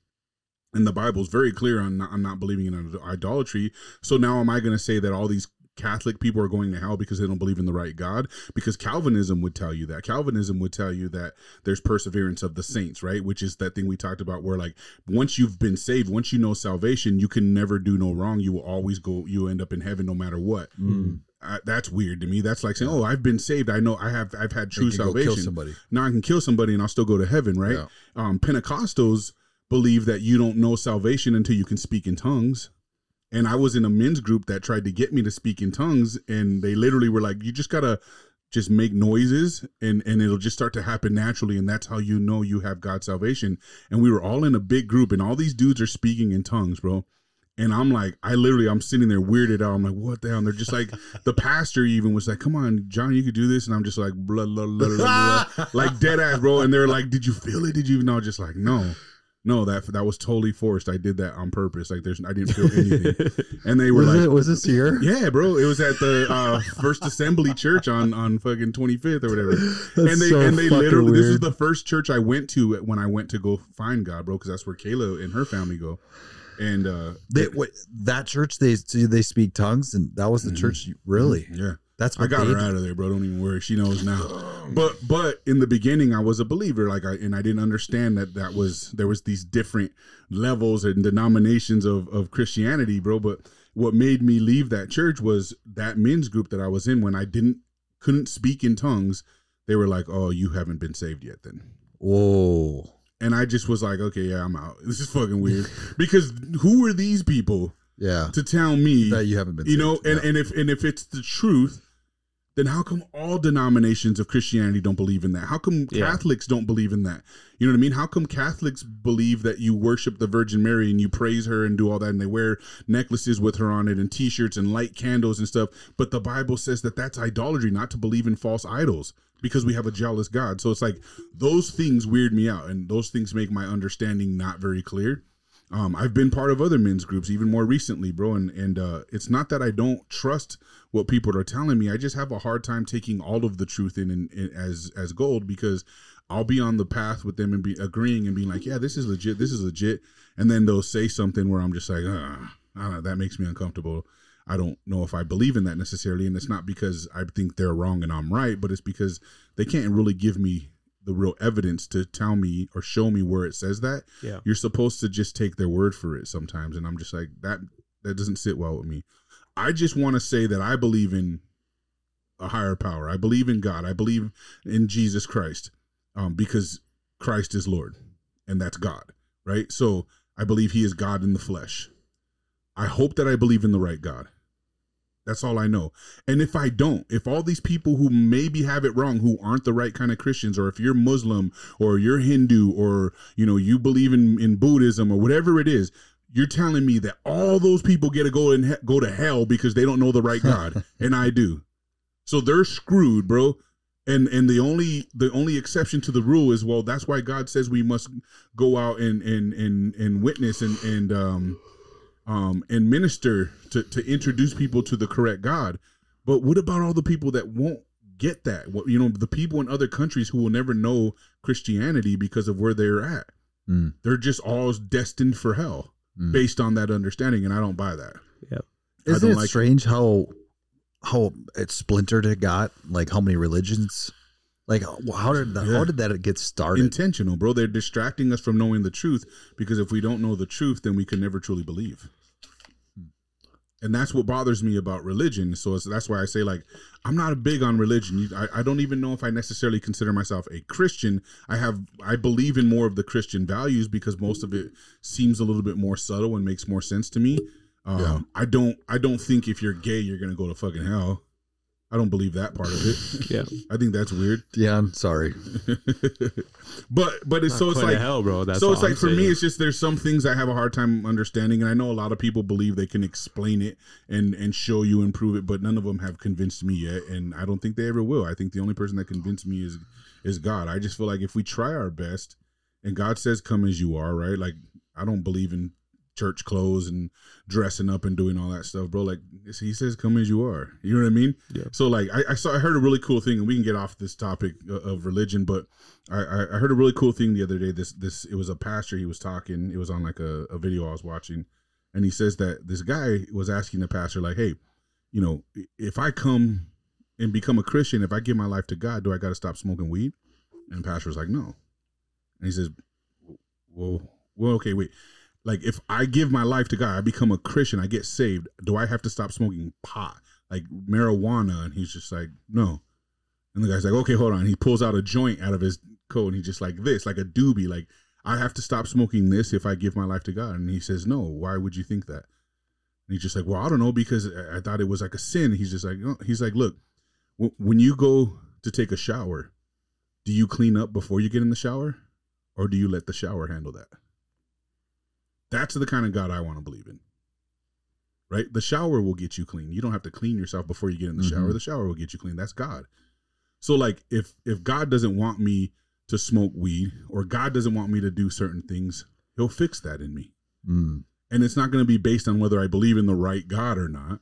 and the Bible's very clear on not, on not believing in idolatry. So now, am I going to say that all these Catholic people are going to hell because they don't believe in the right God? Because Calvinism would tell you that. Calvinism would tell you that there's perseverance of the saints, right? Which is that thing we talked about, where like once you've been saved, once you know salvation, you can never do no wrong. You will always go. You end up in heaven no matter what. Mm-hmm. I, that's weird to me. That's like saying, "Oh, I've been saved. I know I have. I've had true You can go kill salvation." somebody. now I can kill somebody and I'll still go to heaven, right? Yeah. Um, Pentecostals believe that you don't know salvation until you can speak in tongues. And I was in a men's group that tried to get me to speak in tongues, and they literally were like, "You just gotta just make noises, and and it'll just start to happen naturally, and that's how you know you have God's salvation." And we were all in a big group, and all these dudes are speaking in tongues, bro. And I'm like, I literally, I'm sitting there weirded out. I'm like, what the hell? And they're just like, the pastor even was like, come on, John, you could do this. And I'm just like, blah, blah, blah, blah, blah. like dead ass, bro. And they're like, did you feel it? Did you? No, just like, no. No, that that was totally forced. I did that on purpose. Like there's, I didn't feel anything. And they were Was, like, it, was this year? Yeah, bro. It was at the uh, First Assembly Church on on fucking 25th or whatever. That's and they so and they fucking literally this is weird. the first church I went to when I went to go find God, bro, because that's where Kayla and her family go. And uh They, wait, that church they so they speak tongues and that was the Mhm. church you- really yeah, that's what I got they her did. out of there, bro. Don't even worry, she knows now. But but in the beginning, I was a believer, like I and I didn't understand that that was there was these different levels and denominations of of Christianity, bro. But what made me leave that church was that men's group that I was in when I didn't couldn't speak in tongues. They were like, "Oh, you haven't been saved yet." Then Whoa. and I just was like, okay, yeah, I'm out. This is fucking weird because who are these people Yeah. to tell me, That you haven't been you know? saved. And, Yeah. and if and if it's the truth, then how come all denominations of Christianity don't believe in that? How come Yeah. Catholics don't believe in that? You know what I mean? How come Catholics believe that you worship the Virgin Mary and you praise her and do all that, and they wear necklaces with her on it and T-shirts and light candles and stuff? But the Bible says that that's idolatry, not to believe in false idols because we have a jealous God. So it's like those things weird me out, and those things make my understanding not very clear. Um, I've been part of other men's groups, even more recently, bro, and and uh, it's not that I don't trust what people are telling me. I just have a hard time taking all of the truth in, in, in as as gold because I'll be on the path with them and be agreeing and being like, yeah, this is legit, this is legit, and then they'll say something where I'm just like, Ugh, I don't know, that makes me uncomfortable. I don't know if I believe in that necessarily, and it's not because I think they're wrong and I'm right, but it's because they can't really give me the real evidence to tell me or show me where it says that Yeah. you're supposed to just take their word for it sometimes and i'm just like that that doesn't sit well with me i just want to say that i believe in a higher power i believe in god i believe in jesus christ um, because christ is lord and that's god right so i believe he is god in the flesh i hope that i believe in the right god that's all i know and if i don't if all these people who maybe have it wrong who aren't the right kind of christians or if you're muslim or you're hindu or you know you believe in in buddhism or whatever it is you're telling me that all those people get to go and he- go to hell because they don't know the right god and i do so they're screwed bro and and the only the only exception to the rule is well that's why god says we must go out and and and and witness and and um um and minister to to introduce people to the correct god but what about all the people that won't get that what you know the people in other countries who will never know Christianity because of where they're at. Mm. They're just all destined for hell Mm. based on that understanding, and I don't buy that. I Isn't don't it like it. strange how how it splintered it got? Like how many religions? Like how did that, Yeah. how did that get started? Intentional, bro. They're distracting us from knowing the truth because if we don't know the truth, then we can never truly believe. And that's what bothers me about religion. So it's, that's why I say, like, I'm not big on religion. You- I, I don't even know if I necessarily consider myself a Christian. I have, I believe in more of the Christian values because most of it seems a little bit more subtle and makes more sense to me. Um, Yeah. I don't, I don't think if you're gay, you're gonna go to fucking hell. I don't believe that part of it. Yeah. I think that's weird. yeah, I'm sorry. but but it's so it's like hell, bro. That's so it's all like I'm for me saying. it's just there's some things I have a hard time understanding and I know a lot of people believe they can explain it and and show you and prove it but none of them have convinced me yet and I don't think they ever will. I think the only person that convinced me is is God. I just feel like if we try our best and God says come as you are, right? Like I don't believe in church clothes and dressing up and doing all that stuff, bro. Like he says come as you are. You know what I mean? Yeah. So like I, I saw I heard a really cool thing and we can get off this topic uh, of religion but I, I I heard a really cool thing the other day. This this it was a pastor. He was talking. It was on like a, a video I was watching, and he says that this guy was asking the pastor like, "Hey, you know, if I come and become a Christian, if I give my life to God, do I got to stop smoking weed?" And the pastor was like, "No," and he says, "Well, well, okay, wait." Like if I give my life to God, I become a Christian, I get saved. Do I have to stop smoking pot, like marijuana? And he's just like, no. And the guy's like, okay, hold on. He pulls out a joint out of his coat and he just like this, like a doobie, like, I have to stop smoking this if I give my life to God. And he says, no, why would you think that? And he's just like, well, I don't know, because I I thought it was like a sin. He's just like, no. he's like, look, w- when you go to take a shower, do you clean up before you get in the shower or do you let the shower handle that? That's the kind of God I want to believe in. Right? The shower will get you clean. You don't have to clean yourself before you get in the shower. Mhm. The shower will get you clean. That's God. So like if if God doesn't want me to smoke weed or God doesn't want me to do certain things, He'll fix that in me. Mm. And it's not going to be based on whether I believe in the right God or not.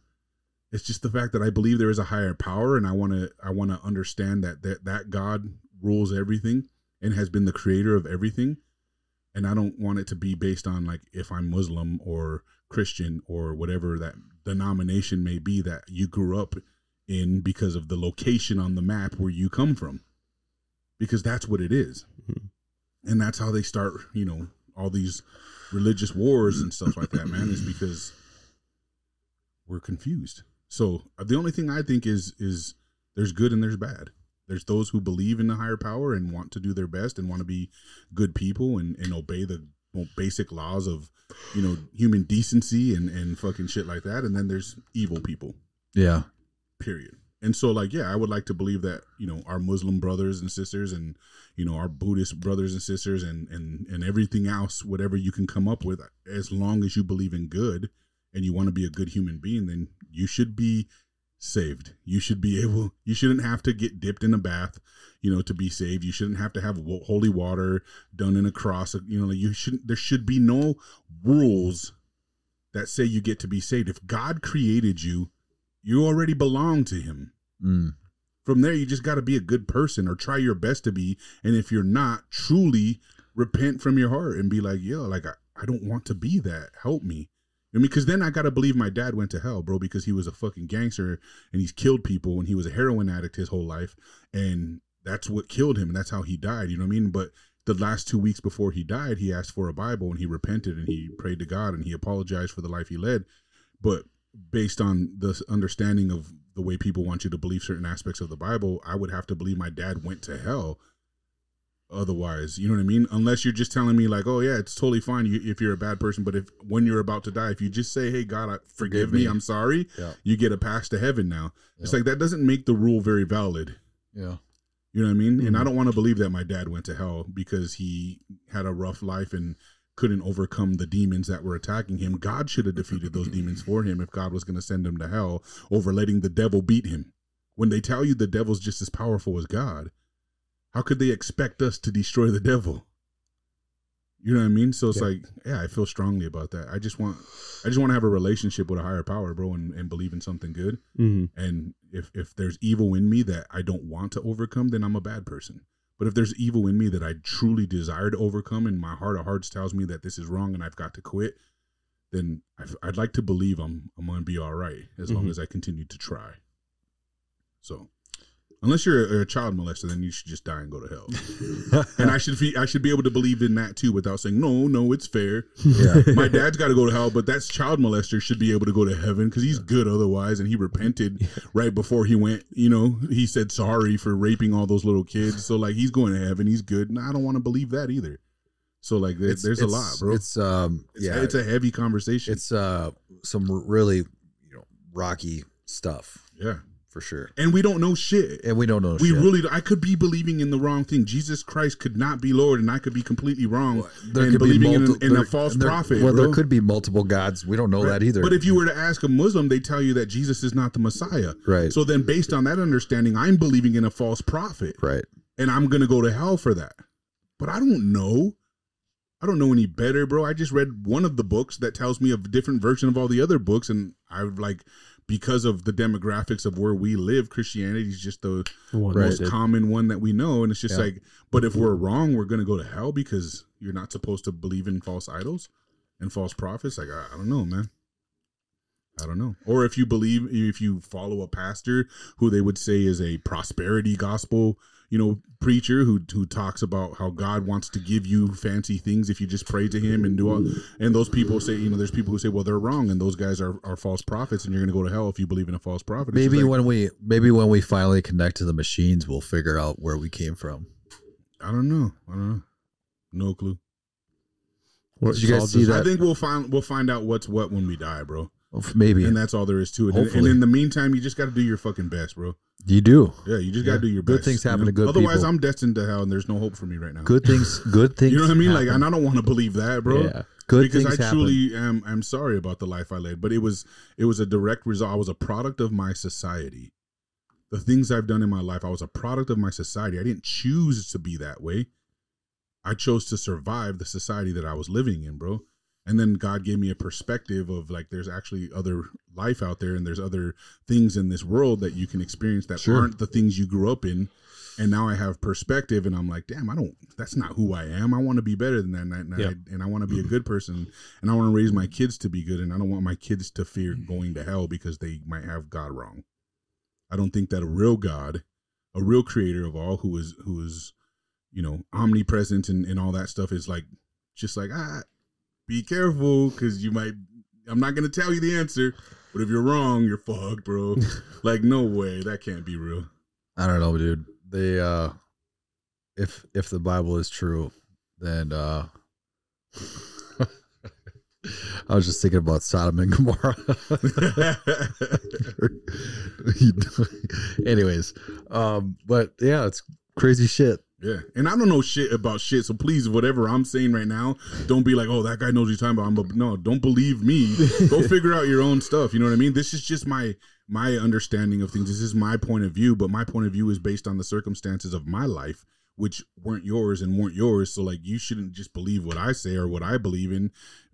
It's just the fact that I believe there is a higher power and I want to I want to understand that, that that God rules everything and has been the creator of everything. And I don't want it to be based on like if I'm Muslim or Christian or whatever that denomination may be that you grew up in because of the location on the map where you come from. Because that's what it is. Mhm. And that's how they start, you know, all these religious wars and stuff like that, man, is because we're confused. So uh, the only thing I think is is there's good and there's bad. There's those who believe in the higher power and want to do their best and want to be good people and, and obey the basic laws of, you know, human decency and, and fucking shit like that. And then there's evil people Yeah. period and so like yeah i would like to believe that you know our muslim brothers and sisters and you know our buddhist brothers and sisters and and and everything else whatever you can come up with as long as you believe in good and you want to be a good human being then you should be saved you should be able you shouldn't have to get dipped in a bath you know to be saved you shouldn't have to have wo- holy water done in a cross you know like you shouldn't there should be no rules that say you get to be saved if god created you you already belong to him. Mm. From there, you just got to be a good person or try your best to be. And if you're not, truly repent from your heart and be like, yo, like, I, I don't want to be that. Help me. I mean, because then I got to believe my dad went to hell, bro, because he was a fucking gangster and he's killed people and he was a heroin addict his whole life. And that's what killed him. And that's how he died. You know what I mean? But the last two weeks before he died, he asked for a Bible and he repented and he prayed to God and he apologized for the life he led. But based on the understanding of the way people want you to believe certain aspects of the Bible, I would have to believe my dad went to hell. Otherwise, you know what I mean? Unless you're just telling me like, "Oh yeah, it's totally fine you, if you're a bad person," but if when you're about to die, if you just say, "Hey God, I, forgive me. me, I'm sorry," Yeah. you get a pass to heaven now. It's Yeah. like that doesn't make the rule very valid. Yeah. You know what I mean? And I Mhm. don't want to believe that my dad went to hell because he had a rough life and couldn't overcome the demons that were attacking him. God should have defeated those demons for him if God was going to send him to hell over letting the devil beat him. When they tell you the devil's just as powerful as God, how could they expect us to destroy the devil? You know what I mean? So it's Yeah. like, yeah, I feel strongly about that. I just want, I just want to have a relationship with a higher power, bro, and, and believe in something good Mm-hmm. and if if there's evil in me that I don't want to overcome, then I'm a bad person. But if there's evil in me that I truly desire to overcome, and my heart of hearts tells me that this is wrong and I've got to quit, then I've, I'd like to believe I'm I'm going to be all right as long Mm-hmm. Mhm. as I continue to try. So, unless you're a, a child molester, then you should just die and go to hell. and I should be I should be able to believe in that too without saying no, no, it's fair. Yeah. My dad's got to go to hell, but that's child molester should be able to go to heaven because he's good otherwise, and he repented right before he went. You know, he said sorry for raping all those little kids, so like he's going to heaven, he's good, and I don't want to believe that either. So like, there, It's- there's a it's- lot, bro. It's, It's um yeah. it's a heavy conversation. it's uh some really you know rocky stuff yeah, for sure and we don't know shit. and we don't know We Oh, shit. really, I could be believing in the wrong thing. Jesus Christ could not be Lord, and I could be completely wrong. there and could be believing in- multi- in a there- false there- prophet, well there bro. could be multiple gods we don't know that either But if you were to ask a Muslim, they tell you that Jesus is not the Messiah. right So then, based on that understanding, I'm believing in a false prophet right and I'm going to go to hell for that. But I don't know. I don't know any better, bro. I just read one of the books that tells me a different version of all the other books. And I've like, because of the demographics of where we live, Christianity is just the Mm-hmm. most common one that we know. And it's just Yeah. like, but if we're wrong, we're going to go to hell because you're not supposed to believe in false idols and false prophets. Like, I, I don't know, man. I don't know. Or if you believe, if you follow a pastor who they would say is a prosperity gospel, you know, preacher who who talks about how God wants to give you fancy things if you just pray to Him and do all. And those people say, you know, there's people who say, well, they're wrong, and those guys are, are false prophets, and you're going to go to hell if you believe in a false prophet. It's just maybe like- when we maybe when we finally connect to the machines we'll figure out where we came from I don't know. I don't know. No clue. Did you guys see I that? think we'll find we'll find out what's what when we die, bro. maybe And that's all there is to it. And- And, Hopefully. in the meantime, you just got to do your fucking best, bro. you do Yeah, you just got Yeah. to do your Good best. things you happen to good Otherwise, people. I'm destined to hell, and there's no hope for me right now. good things good things you know what I mean? Like, happen. and I don't want to believe that, bro. Yeah. good because things I happen. truly am. I'm sorry about the life I led, but it was it was a direct result. I was a product of my society. The things I've done in my life, I was a product of my society. I didn't choose to be that way. I chose to survive the society that I was living in, bro. And then God gave me a perspective of like there's actually other life out there and there's other things in this world that you can experience that Sure. aren't the things you grew up in. And now I have perspective and I'm like, damn, I don't that's not who I am. I want to be better than that and I, Yeah. and I, and I want to be a good person and I want to raise my kids to be good and I don't want my kids to fear going to hell because they might have God wrong. I don't think that a real God, a real creator of all who is who is, you know, omnipresent and, and all that stuff is like just like ah be careful because you might I'm not gonna tell you the answer, but if you're wrong, you're fucked, bro. like no way, that can't be real. I don't know, dude. They uh if if the Bible is true, then uh I was just thinking about Sodom and Gomorrah. Anyways, um but yeah, it's crazy shit. Yeah, and I don't know shit about shit, so please, whatever I'm saying right now, don't be like, "Oh, that guy knows what he's talking about." I'm a, no, don't believe me. Go figure out your own stuff. You know what I mean? This is just my my understanding of things. This is my point of view, but my point of view is based on the circumstances of my life, which weren't yours and weren't yours. So, like, you shouldn't just believe what I say or what I believe in,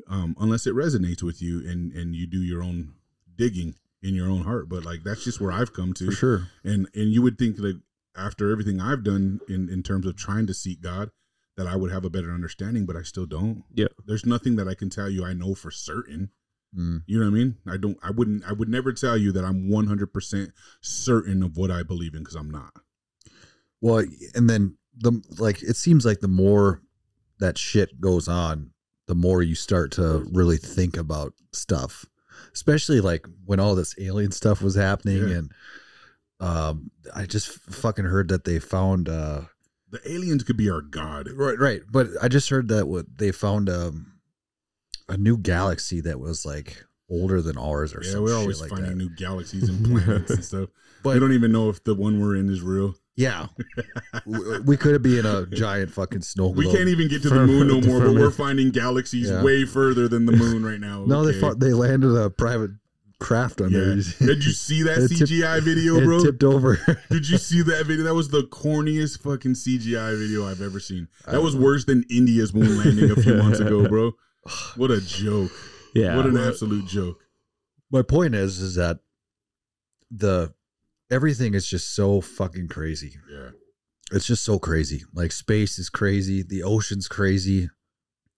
um, unless it resonates with you and and you do your own digging in your own heart. But like, that's just where I've come to sure. and and you would think that after everything I've done in in terms of trying to seek God, that I would have a better understanding, but I still don't. Yeah. there's nothing that I can tell you I know for certain. Mm, You know what I mean? I don't. I wouldn't. I would never tell you that I'm 100 percent certain of what I believe in because I'm not. Well, and then the like it seems like the more that shit goes on, the more you start to Mm-hmm. really think about stuff. Especially like when all this alien stuff was happening Yeah. and um I just fucking heard that they found uh The aliens could be our god. right right but I just heard that what they found um a new galaxy that was like older than ours or Yeah, some we're shit always like finding that. new galaxies and planets and stuff. But- But I don't even know if the one we're in is real. yeah. W- we could be in a giant fucking snow We globe. can't even get to the Firm- moon no the more, but firmament. we're finding galaxies Yeah. way further than the moon right now. No, they Okay. fought, they landed a private craft on there. Yeah. Did you see that It tipped- CGI it video, bro? tipped over. Did you see that video? That was the corniest fucking CGI video I've ever seen. I- That was worse than India's moon landing a few months ago, bro. What a joke. Yeah. what an absolute joke. My point is, is that the everything is just so fucking crazy. Yeah. It's just so crazy. Like space is crazy. The ocean's crazy.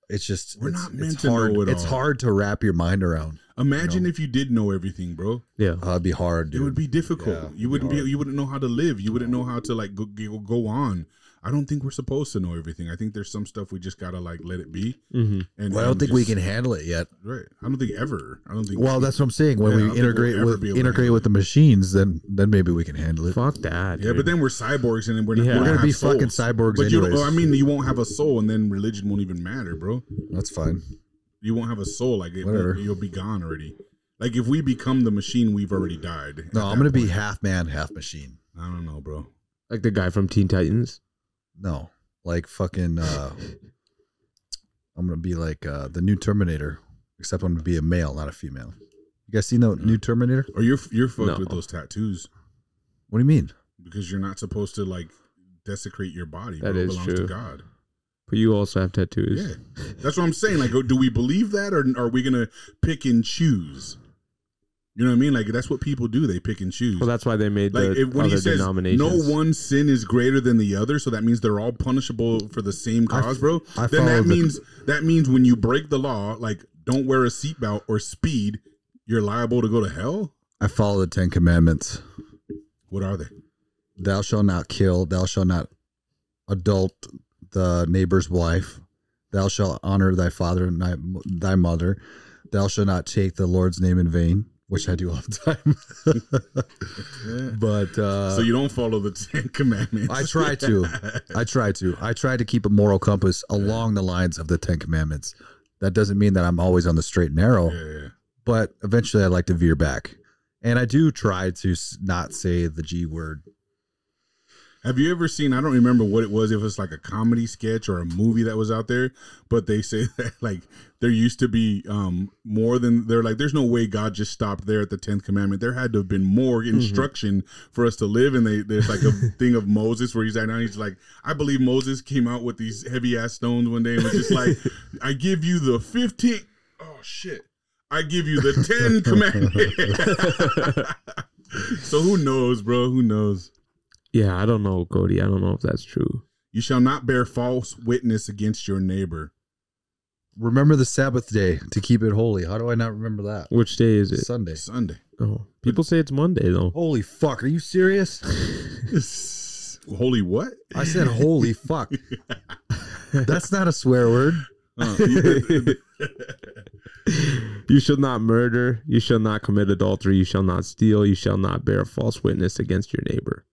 It's just We're it's, not meant it's to know hard. it it's all. hard to wrap your mind around. Imagine No. if you did know everything, bro. yeah. Uh, it'd be hard. Dude. It would be difficult. Yeah, it'd be you wouldn't be, hard. you wouldn't know how to live. You wouldn't know how to like go, go go on. I don't think we're supposed to know everything. I think there's some stuff we just got to like let it be. Mm-hmm. And Well, I don't and think we just- can handle it yet. Right. I don't think ever. I don't think Well, that's what I'm saying. When Yeah, I don't think we we'll integrate ever with be able to integrate handle with the machines, then then maybe we can handle it. Fuck that. Yeah, dude. but then we're cyborgs and then we're not, Yeah. we We're gonna don't be have souls. fucking cyborgs But you, anyways. don't- I mean, you won't have a soul, and then religion won't even matter, bro. that's fine. You won't have a soul. Like it, Whatever. you'll be gone already. Like if we become the machine, we've already died. at No, I'm that gonna be point. half man, half machine. I don't know, bro. like the guy from Teen Titans. No, like fucking. Uh, I'm gonna be like uh, the new Terminator, except I'm gonna be a male, not a female. You guys seen the Mm-hmm. new Terminator? Or you're you're fucked No. with those tattoos What do you mean? because you're not supposed to like desecrate your body. That bro. is it belongs true. to God. But you also have tattoos. Yeah, that's what I'm saying. Like, do we believe that, or are we gonna pick and choose? You know what I mean? Like that's what people do. They pick and choose. Well, that's why they made like the if, when other he says no denominations. one sin is greater than the other, so that means they're all punishable for the same I- cause, bro. I then that followed the- means that means when you break the law, like don't wear a seatbelt or speed, you're liable to go to hell. I follow the Ten Commandments. What are they? Thou shalt not kill. Thou shalt not adult the neighbor's wife. Thou shalt honor thy father and thy, thy mother. Thou shalt not take the Lord's name in vain, which I do all the time. but uh, so you don't follow the Ten Commandments. I try to. I try to. I try to keep a moral compass along the lines of the Ten Commandments. That doesn't mean that I'm always on the straight and narrow, yeah, but eventually I like to veer back. And I do try to s- not say the G word. Have you ever seen? I don't remember what it was. If it's like a comedy sketch or a movie that was out there, but they say that like there used to be um more than they're like. There's no way God just stopped there at the tenth commandment. There had to have been more instruction for us to live. And they there's like a thing of Moses where he's like, now he's like, I believe Moses came out with these heavy ass stones one day and was just like, I give you the fifteenth. Oh shit. I give you the Ten Commandments. so who knows, bro? Who knows? Yeah, I don't know, Cody. I don't know if that's true. You shall not bear false witness against your neighbor. Remember the Sabbath day to keep it holy. How do I not remember that? Which day is it? Sunday. Sunday. Oh, people say it's Monday though. Holy fuck. Are you serious? Holy what? I said holy fuck. That's not a swear word. Uh, you- You shall not murder. You shall not commit adultery. You shall not steal. You shall not bear false witness against your neighbor.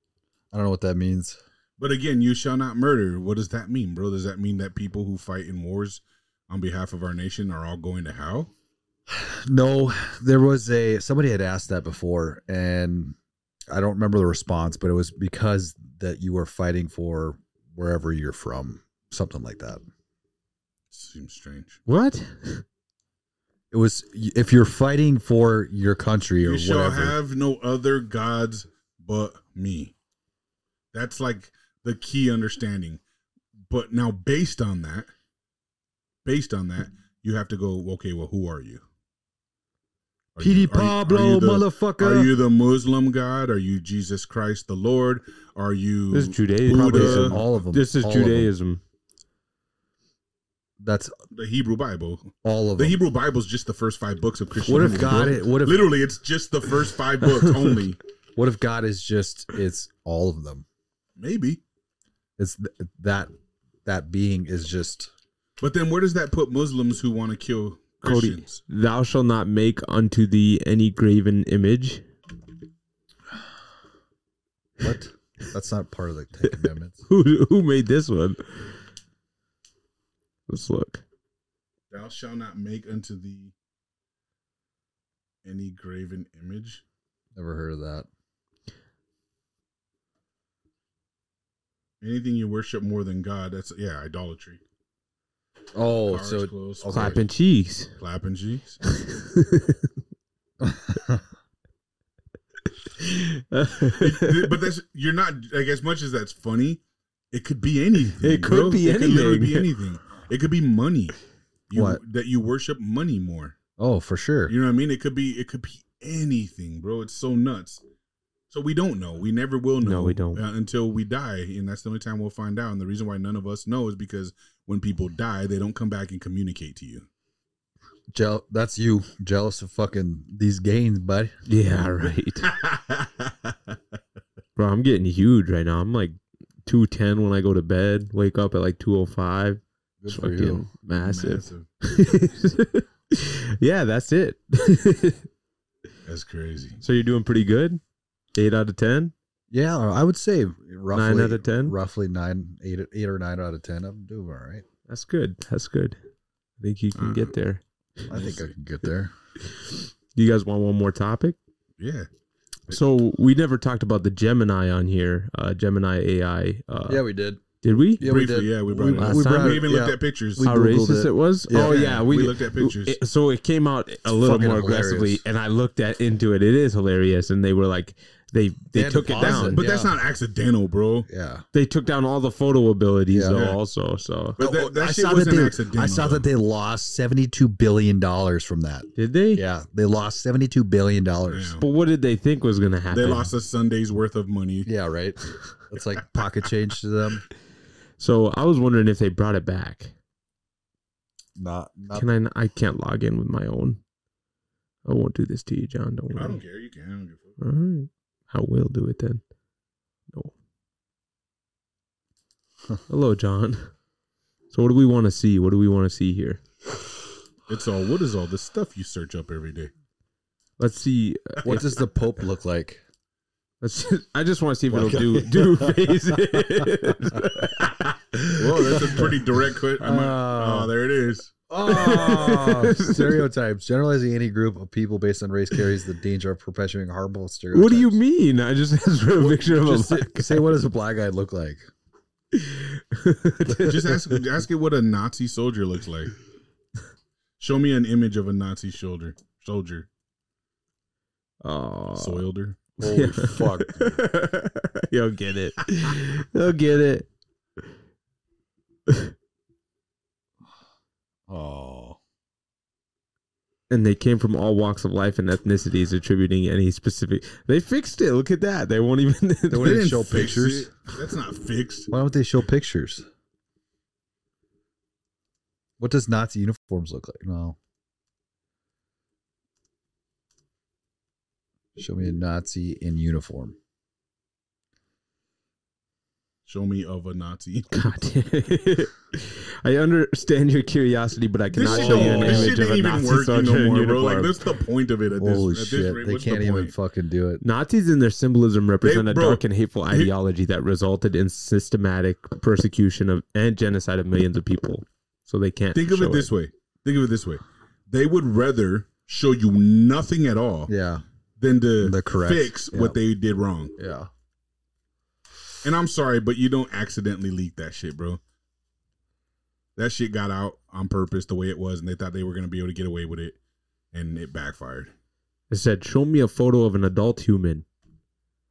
I don't know what that means. but again, you shall not murder. What does that mean, bro? Does that mean that people who fight in wars on behalf of our nation are all going to hell? No, there was a somebody had asked that before, and I don't remember the response, but it was because that you were fighting for wherever you're from, something like that. Seems strange. What? It was if you're fighting for your country or You shall whatever. have no other gods but me. That's like the key understanding. But now, based on that, based on that, you have to go. Okay, well, who are you? Are PD you- are you- are Pablo, you the- motherfucker. Are you the Muslim God? Are you Jesus Christ the Lord? Are you This is Judaism. Buddha. Probably Buddha. some- all of them. This is all of them. Judaism. That's the Hebrew Bible? all of The them. Hebrew Bible is just the first five books of what Christianity. if God? bro. It, what if Literally, it's just the first five books only. What if God is just it's all of them? Maybe. It's th- that that being is just But then where does that put Muslims who want to kill Cody. Christians? Thou shalt not make unto thee any graven image. what? That's not part of the Ten Commandments. Who who made this one? Let's look. Thou shalt not make unto thee any graven image. Never heard of that. Anything you worship more than God, that's yeah, idolatry. Oh, Cars, so clothes, okay. clapping, Clapping cheeks. clapping cheeks. but that's you're not like as much as that's funny. It could be anything. It could bro. be It could literally be anything. anything. It could be money. You, What? that you worship money more. oh, for sure. You know what I mean? It could be. It could be anything, bro. It's so nuts. So we don't know. We never will know. No, we don't. uh, until we die, and that's the only time we'll find out. And the reason why none of us know is because when people die, they don't come back and communicate to you. Jeal- that's you jealous of fucking these gains, buddy. yeah, right. Bro, I'm getting huge right now. I'm like 210 when I go to bed, wake up at like 205. Good It's for fucking you. massive. Massive. yeah, that's it. That's crazy. so you're doing pretty good. 8 out of 10. Yeah, I would say roughly Nine out of 10? Roughly nine, eight, eight or nine out of ten. I'm doing all right. That's good. That's good. I think you can get there. I think I can get there. You guys want one more topic? Yeah. So we never talked about the Gemini on here, uh, Gemini AI. Uh, yeah, we did. did we? Yeah, Briefly, we did. yeah, we brought it up. Last time? We even looked Uh, yeah. at pictures. We How Googled racist it. it, was? Yeah. Oh yeah, we looked at pictures. it- so it came out a little fucking more aggressively, hilarious. and I looked at into it. It is hilarious, and they were like, they They they, had to took it pause down. it. but that's Yeah. not accidental, bro. Yeah. They took down all the photo abilities Yeah. though, Yeah. also. So But Oh, that, that I shit saw wasn't that they, accidental. I saw that though. they lost seventy-two billion dollars from that. did they? Yeah, they lost seventy-two billion dollars. Yeah. But what did they think was going to they happen? lost a Sunday's worth of money. Yeah, right. It's like pocket change to them. So I was wondering if they brought it back. Not, not Can I? n- I can't log in with my own. I won't do this to you, John. Don't worry. I don't care. You can. I don't give a fuck. All right. I will do it then. No. Hello, John. So, what do we want to see? What do we want to see here? It's all. What is all this stuff you search up every day? Let's see. uh, what does the Pope look like? Let's. I just want to see if it'll What- do do faces. Well, that's a pretty direct quit. I might- Uh, oh, there it is. Oh, stereotypes. Generalizing any group of people based on race carries the danger of perpetuating harmful stereotypes. What do you mean? I just asked for a picture of Just a say, say what does a black guy look like? Just ask ask it what a Nazi soldier looks like. Show me an image of a Nazi soldier. Soldier. oh. Soilder. Holy fuck. You'll get it. You'll get it. Oh. And they came from all walks of life and ethnicities, attributing any specific. They fixed it. Look at that. They won't even. They wouldn't didn't show fix pictures. it. That's not fixed. Why don't they show pictures? What does Nazi uniforms look like? No. Show me a Nazi in uniform. Show me of a Nazi. God. I understand your curiosity, but I This cannot shit, show you an don't, this image shit of ain't a even Nazi working soldier no in more, uniform. bro. Like, that's the point of it at this, Holy at this shit. rate. They What's can't the even point? fucking do it. Nazis and their symbolism represent a bro, dark and hateful here- ideology that resulted in systematic persecution of and genocide of millions of people. So they can't Think of show it this way. Think of it this way. They would rather show you nothing at all Yeah. than to The correct, fix yeah. what they did wrong. Yeah. And I'm sorry, but you don't accidentally leak that shit, bro. That shit got out on purpose the way it was, and they thought they were gonna be able to get away with it, and it backfired. It said, "Show me a photo of an adult human.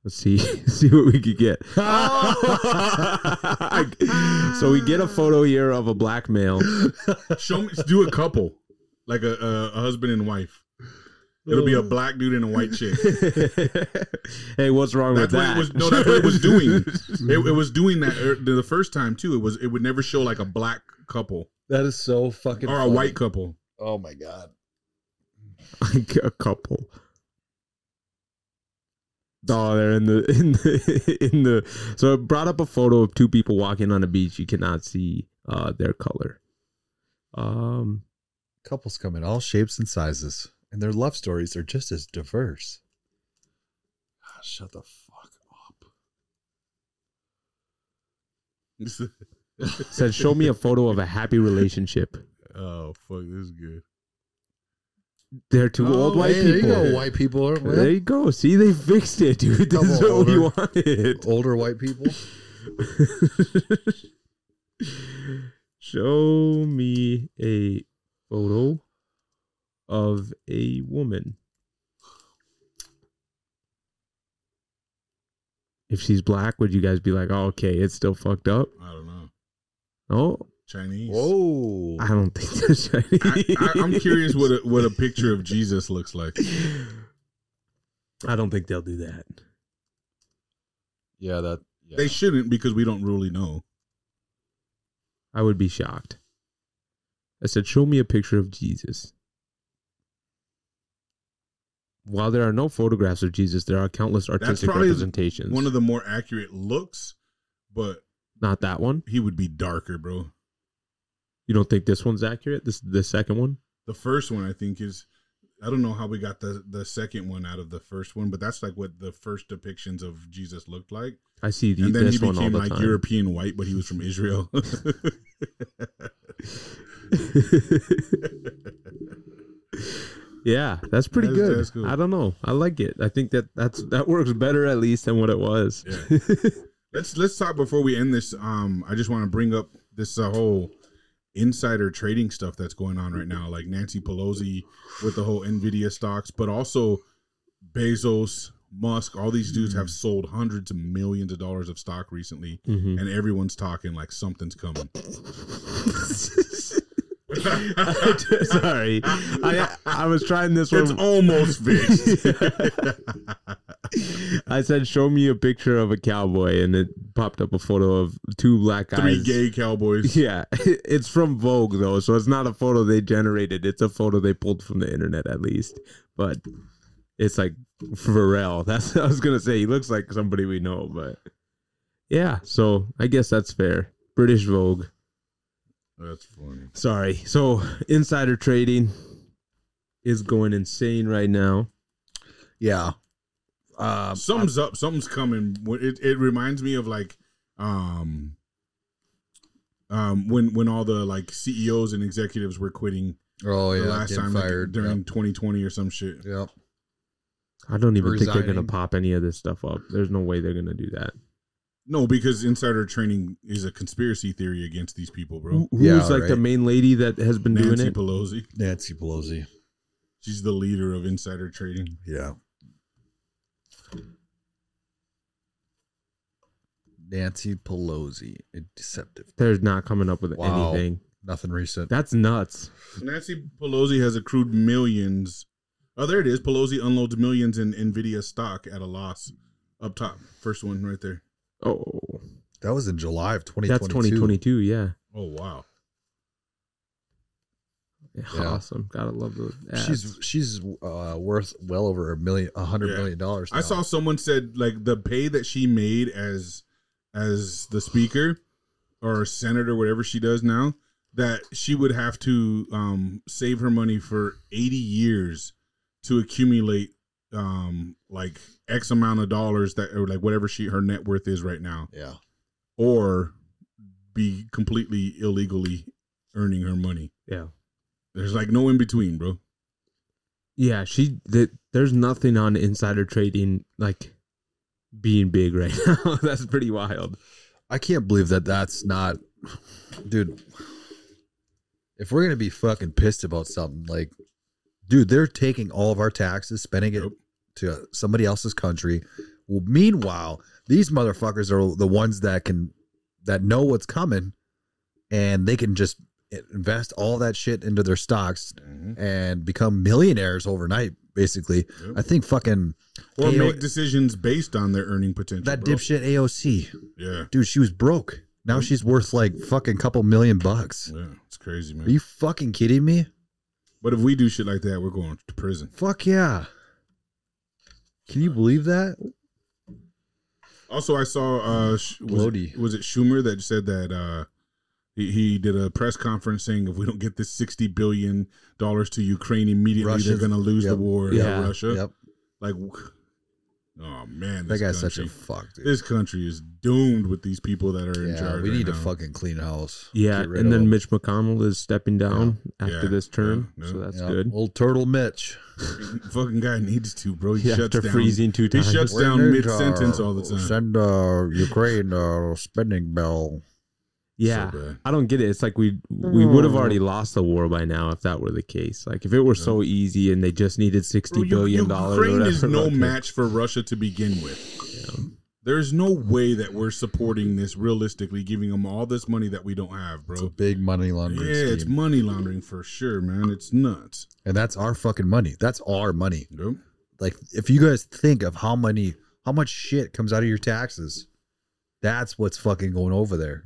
Let's see, see what we could get." so we get a photo here of a black male. Show me, do a couple, like a, a, a husband and wife. It'll be a Uh. black dude and a white chick. hey, what's wrong That's with what that? it was. No, that's what it was doing. It, it Mm-hmm. was doing that er, the first time too. It was. It would never show like a black couple That is so fucking or a funny. white couple. Oh my god. like a couple. Oh, they're in the in the in the. So it brought up a photo of two people walking on a beach. You cannot see uh, their color. Um, Couples come in all shapes and sizes, and their love stories are just as diverse. Ah, Shut the fuck up. said, "Show me a photo of a happy relationship." oh fuck, this is good. They're two old Oh, white hey, people. There you go, white people. Are, There you go. See, they fixed it, dude. This is what Double we over. wanted. older white people. Show me a photo of a woman. If she's black, would you guys be like, oh, okay, it's still fucked up? I don't know. No, Chinese. Whoa. I don't think that's I, Chinese. I, I'm curious what a, what a picture of Jesus looks like. I don't think they'll do that. Yeah, that. Yeah. They shouldn't because we don't really know. I would be shocked. I said, Show me a picture of Jesus. While there are no photographs of Jesus, there are countless artistic probably representations. One of the more accurate looks, but Not that one. he would be darker, bro. You don't think this one's accurate? This the second one? The first one I think is I don't know how we got the the second one out of the first one, but that's like what the first depictions of Jesus looked like. I see the, And then he this one all became the like time. European white, but he was from Israel. yeah, that's pretty That's- good. that's cool. I don't know. I like it. I think that that's that works better at least than what it was. Yeah. let's let's talk before we end this. Um, I just want to bring up this uh, whole insider trading stuff that's going on right now, like Nancy Pelosi with the whole Nvidia stocks, but also Bezos, Musk. All these dudes have sold hundreds of millions of dollars of stock recently, Mhm. and everyone's talking like something's coming. Sorry, I I was trying this one. it's almost fixed. I said, "Show me a picture of a cowboy," and it popped up a photo of two black guys. Three gay cowboys. Yeah, it's from Vogue though, so it's not a photo they generated. It's a photo they pulled from the internet, at least. But it's like Pharrell. That's I was gonna say. He looks like somebody we know, but yeah. So I guess that's fair. British Vogue. That's funny. Sorry. So insider trading is going insane right now. yeah. Um, something's up something's coming Wh- it, it reminds me of like um um, when when all the like CEOs and executives were quitting Oh the yeah, last getting time like, fired during 2020 or some shit. Yep. yep. I don't even think they're Resigning. gonna pop any of this stuff up. There's no way they're gonna do that. No, because insider training is a conspiracy theory against these people, bro. Who- Who's Yeah, like the right. main lady that has been Nancy doing it? Pelosi, Nancy Pelosi. she's the leader of insider trading. Yeah. Nancy Pelosi, a deceptive. They're not coming up with Wow. anything. Nothing recent. That's nuts. Nancy Pelosi has accrued millions. Oh, there it is. Pelosi unloads millions in Nvidia stock at a loss. Up top, first one right there. Oh, That was in July of 2022. that's 2022. Yeah. Oh wow, Yeah. awesome. Gotta love the. ads. She's she's uh, worth well over a million, a hundred Yeah. million dollars. I saw someone said like the pay that she made as as the speaker or senator, whatever she does now, that she would have to um, save her money for eighty years to accumulate um, like X amount of dollars that or like whatever she her net worth is right now, Yeah, or be completely illegally earning her money. yeah. There's like no in between, bro. Yeah. She. Th- there's nothing on insider trading like being big right now. that's pretty wild. I can't believe that. That's not, dude. If we're gonna be fucking pissed about something, like, dude, they're taking all of our taxes, spending it Yep. to somebody else's country. Well, meanwhile, these motherfuckers are the ones that can that know what's coming, and they can just invest all that shit into their stocks and become millionaires overnight. Basically, Yep. I think fucking Or Hey, make yo- decisions based on their earning potential. that bro. dipshit AOC, Yeah, dude, she was broke. Now she's worth like fucking couple million bucks. yeah, it's crazy, man. Are you fucking kidding me? But if we do shit like that, we're going to prison. Fuck yeah. Can you believe that? Also, I saw uh, Sh- was, Bloody. it, was it Schumer that said that uh, he, he did a press conference saying if we don't get this sixty billion dollars to Ukraine immediately, Russia's- they're going to lose the yep, war. yeah, Yeah, Russia. Yep. Like, w- oh man, That this guy's such country, a fuck, dude. this country is doomed with these people that are in Yeah, charge. we right need to now. fucking clean house. Yeah. Get rid And of then them. Mitch McConnell is stepping down after Yeah. this term, Yeah. so that's Yeah, good. Old turtle Mitch. Fucking guy needs to, bro. He Yeah, shuts after down. freezing two he times. shuts We're down in mid sentence our- all the time. Send uh, Ukraine a spending bill. yeah. So bad. I don't get it. It's like we we would have already Mm. lost the war by now if that were the case. Like if it were so easy and they just needed sixty Bro, billion you- you- dollars. or Ukraine is whatever, no like, match for Russia to begin with. There's no way that we're supporting this realistically, giving them all this money that we don't have, It's a bro. big money laundering Yeah, scheme. it's money laundering for sure, man. It's nuts. and that's our fucking money. That's our money. Nope. like if you guys think of how many how much shit comes out of your taxes that's what's fucking going over there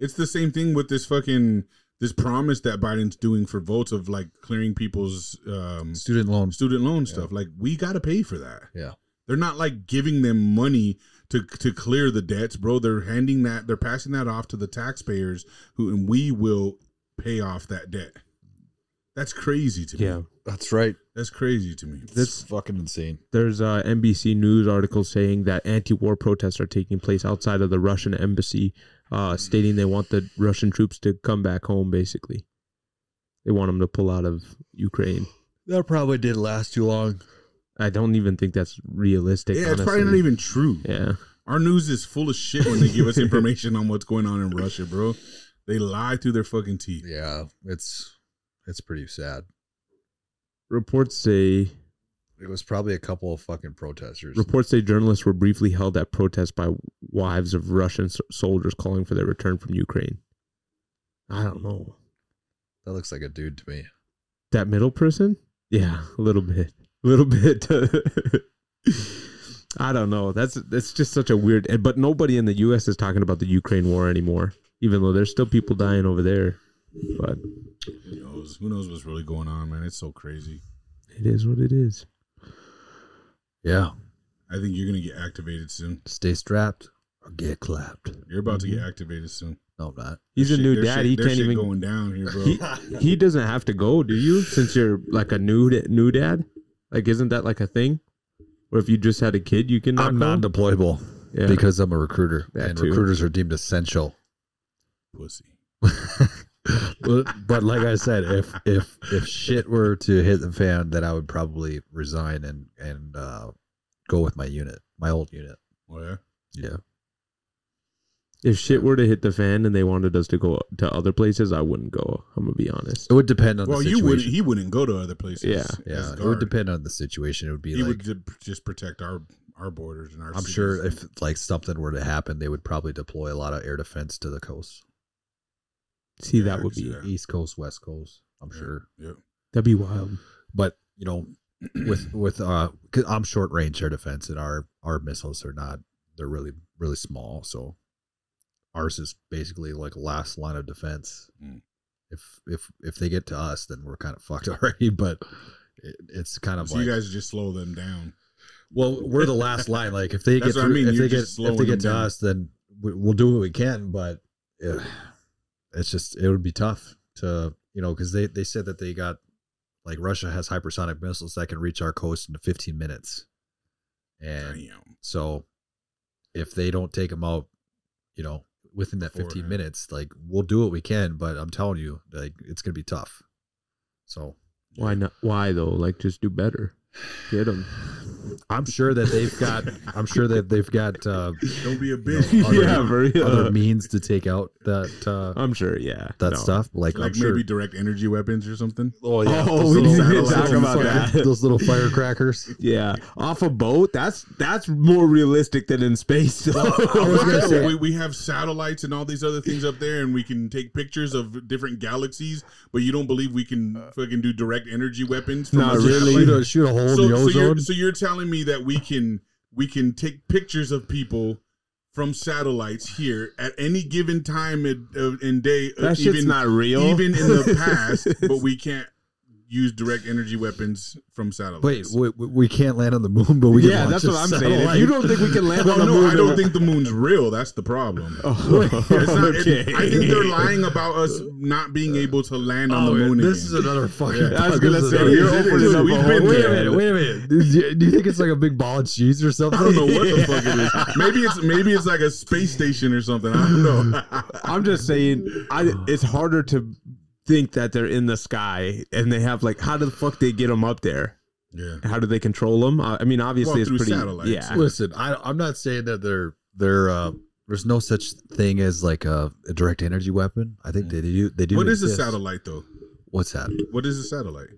It's the same thing with this fucking this promise that Biden's doing for votes of like clearing people's um, student loans student loan stuff. Like we got to pay for that. yeah They're not like giving them money to to clear the debts, bro. They're handing that they're passing that off to the taxpayers who and we will pay off that debt. That's crazy to me. Yeah. that's right That's crazy to me. that's fucking insane There's uh, a NBC News article saying that anti-war protests are taking place outside of the Russian embassy, Mm. uh, stating they want the Russian troops to come back home. Basically, they want them to pull out of Ukraine. that probably didn't last too long I don't even think that's realistic. yeah, it's probably not honestly. even true. Yeah, Our news is full of shit when they give us information on what's going on in Russia, bro. They lie through their fucking teeth. yeah it's it's pretty sad reports say it was probably a couple of fucking protesters Reports say journalists were briefly held at protests by wives of Russian s- soldiers calling for their return from Ukraine. I don't know. that looks like a dude to me That middle person? Yeah, a little bit. A little bit. I don't know. That's that's just such a weird and- but nobody in the US is talking about the Ukraine war anymore, even though there's still people dying over there. But Who knows? Who knows what's really going on, man? It's so crazy. it is what it is. yeah I think you're gonna get activated soon. stay strapped or get clapped You're about to get Mm-hmm. activated soon. no i'm not He's a Shit, new their dad. shit- He their can't shit even going down here, bro. he, he doesn't have to go, do you? Since you're like a new da- new dad, like isn't that like a thing? Where if you just had a kid, you can not i'm go? not deployable Yeah. because i'm a recruiter That and too. recruiters are deemed essential Pussy. but, but like I said, if if if shit were to hit the fan, then I would probably resign and and uh, go with my unit, my old unit. Oh yeah. Yeah, If shit were to hit the fan and they wanted us to go to other places, I wouldn't go. I'm gonna be honest. it would depend on Well, the you situation. wouldn't. He wouldn't go to other places. Yeah. as yeah, it would guard. depend on the situation. It would be He like would ju- just protect our our borders and our. I'm cities. sure if like something were to happen, they would probably deploy a lot of air defense to the coast, See, Yeah, I that can would see be that. Yeah. east coast, west coast. I'm Yeah. sure, Yep. that'd be wild. but you know, with with uh, i I'm short range air defense, and our our missiles are not. They're really really small, so ours is basically like last line of defense. Mm. If if if they get to us, then we're kind of fucked already. But it, it's kind of So like you guys just slow them down. Well, we're the last line. Like if they That's get what I through, mean, if you're they get just if they slowing get to them down. us, then we, we'll do what we can. But eh, it's just it would be tough to you know because they they said that they got like Russia has hypersonic missiles that can reach our coast in 15 minutes, and Damn. so if they don't take them out, you know, within that 15 Beforehand. minutes, like we'll do what we can. But I'm telling you, like it's gonna be tough. So Why not? Why though? Like, just do better. Get them. I'm sure that they've got. I'm sure that they've got. Uh, Don't be a know, bitch. Other- for real. other means to take out that uh, I'm sure. Yeah, that Uh, No. stuff. Like, I'm like sure. maybe direct energy weapons or something. oh Oh, those we little didn't even satellites talk and about fucking- that. Those little firecrackers. Yeah, off a boat. That's that's more realistic than in space. I was gonna Yeah, say- we, we have satellites and all these other things up there, and we can take pictures of different galaxies. But you don't believe we can Uh, fucking do direct energy weapons? from Not a Just really. satellite? Shoot a, shoot a hole So, in the so you're, ozone. so you're telling me that we can we can take pictures of people from satellites here at any given time in, uh, in day, uh, that shit's even not real. even in the past, but we can't use direct energy weapons from satellites. Wait, we, we- we can't land on the moon, but we can. yeah, launch that's a what I'm satellite. saying. If you don't think we can land Oh, on the no, moon, I don't think the moon's real. That's the problem. Oh, It's not, it- okay. I think they're lying about us not being able to land on Oh, the moon. this is again. another fucking. I this was gonna is say another- you're it is. opening up We've a been whole Wait a there. can. minute! Wait a minute! Do you, do you think it's like a big ball of cheese or something? I don't know what the fuck it is. Maybe it's maybe it's like a space station or something. I don't know. I'm just saying, I it's harder to think that they're in the sky and they have like how the fuck they get them up there? yeah. How do they control them? I, I mean, obviously Well, it's through pretty. satellites. Yeah, Listen, I, I'm not saying that they're they're. Uh, there's no such thing as like a, a direct energy weapon. I Mm. think they do. They do. What is a exist. satellite though? What's that? What is a satellite?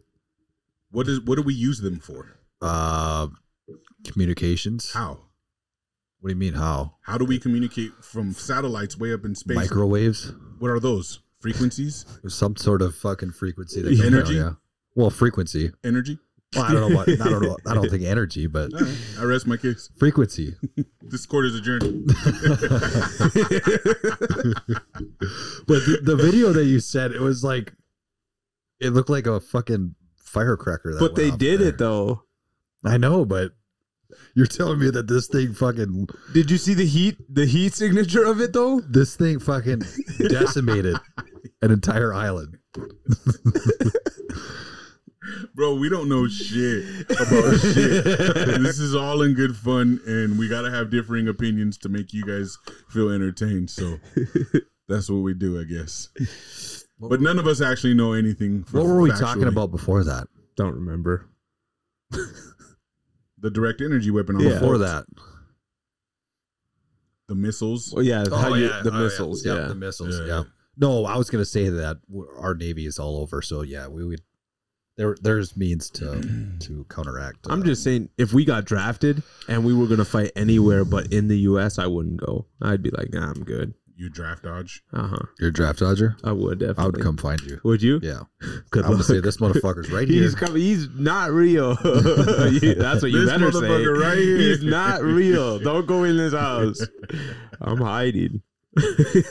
What is what do we use them for? Uh, communications. How? What do you mean? How? How do we communicate from satellites way up in space? Microwaves? What are those? Frequencies? Some sort of fucking frequency. That Energy? Yeah. Well, frequency. Energy? Well, I don't know. What, I don't know. I don't think energy, but All right. I rest my case. frequency. This court is adjourned. But the, the video that you said, it was like, it looked like a fucking firecracker. That but went they off did there. it though. I know, but you're telling me that this thing fucking, Did you see the heat? The heat signature of it though. this thing fucking decimated an entire island. Bro, we don't know shit about shit. this is all in good fun, and we gotta have differing opinions to make you guys feel entertained. So that's what we do, I guess. But none of us actually know anything. What were we factually. talking about before that? Don't remember. The direct energy weapon on Yeah. the, floor, Before that, the missiles. Well, yeah, how you, the oh, missiles. Yep, Yeah, the missiles. Yeah. Yeah. No, I was gonna say that w- our navy is all over, so yeah, we would. There, there's means to to counteract. I'm uh, just saying, if we got drafted and we were gonna fight anywhere but in the U.S., I wouldn't go. I'd be like, nah, I'm good. You draft dodge. Uh huh. You're a draft dodger. I would definitely. I would come find you. Would you? Yeah, Good I'm gonna luck. say this motherfucker's right here. He's coming. He's not real. You- That's what you This better say. motherfucker right here. He's not real. Don't go in this house. I'm hiding.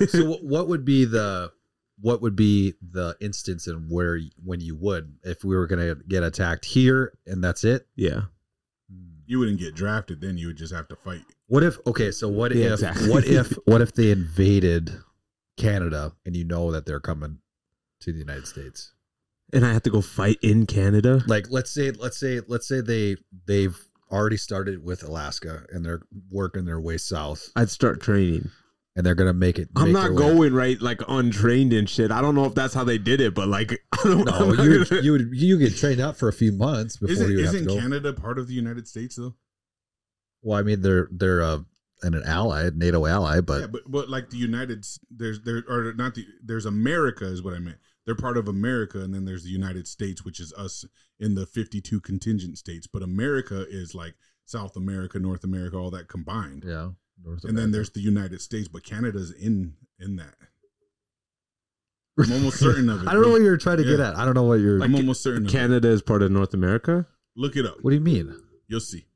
so, wh- what would be the what would be the instance and where y- when you would if we were gonna get attacked here and that's it? Yeah. You wouldn't get drafted, then you would just have to fight. What if? Okay, so what Yeah, if? exactly. What if? What if they invaded Canada and you know that they're coming to the United States? And I have to go fight in Canada. like let's say let's say let's say they they've already started with Alaska and they're working their way south I'd start training. and they're gonna make it. I'm make not their way. going right like untrained and shit. I don't know if that's how they did it, but like I don't No, know. you would, you would you get trained out for a few months before Isn't, you would have to isn't go. Canada part of the United States though? well, I mean, they're they're uh, an, an ally, NATO ally, but yeah, but but like the United, S- there's there or not the there's America is what I meant. They're part of America, and then there's the United States, which is us in the 52 contingent states. But America is like South America, North America, all that combined. yeah. North and then America. there's the United States, but Canada's in in that. I'm almost certain of it. I don't know what you're trying to get Yeah. at. I don't know what you're. I'm almost certain. Of it. Canada is part of North America. Look it up. what do you mean? You'll see.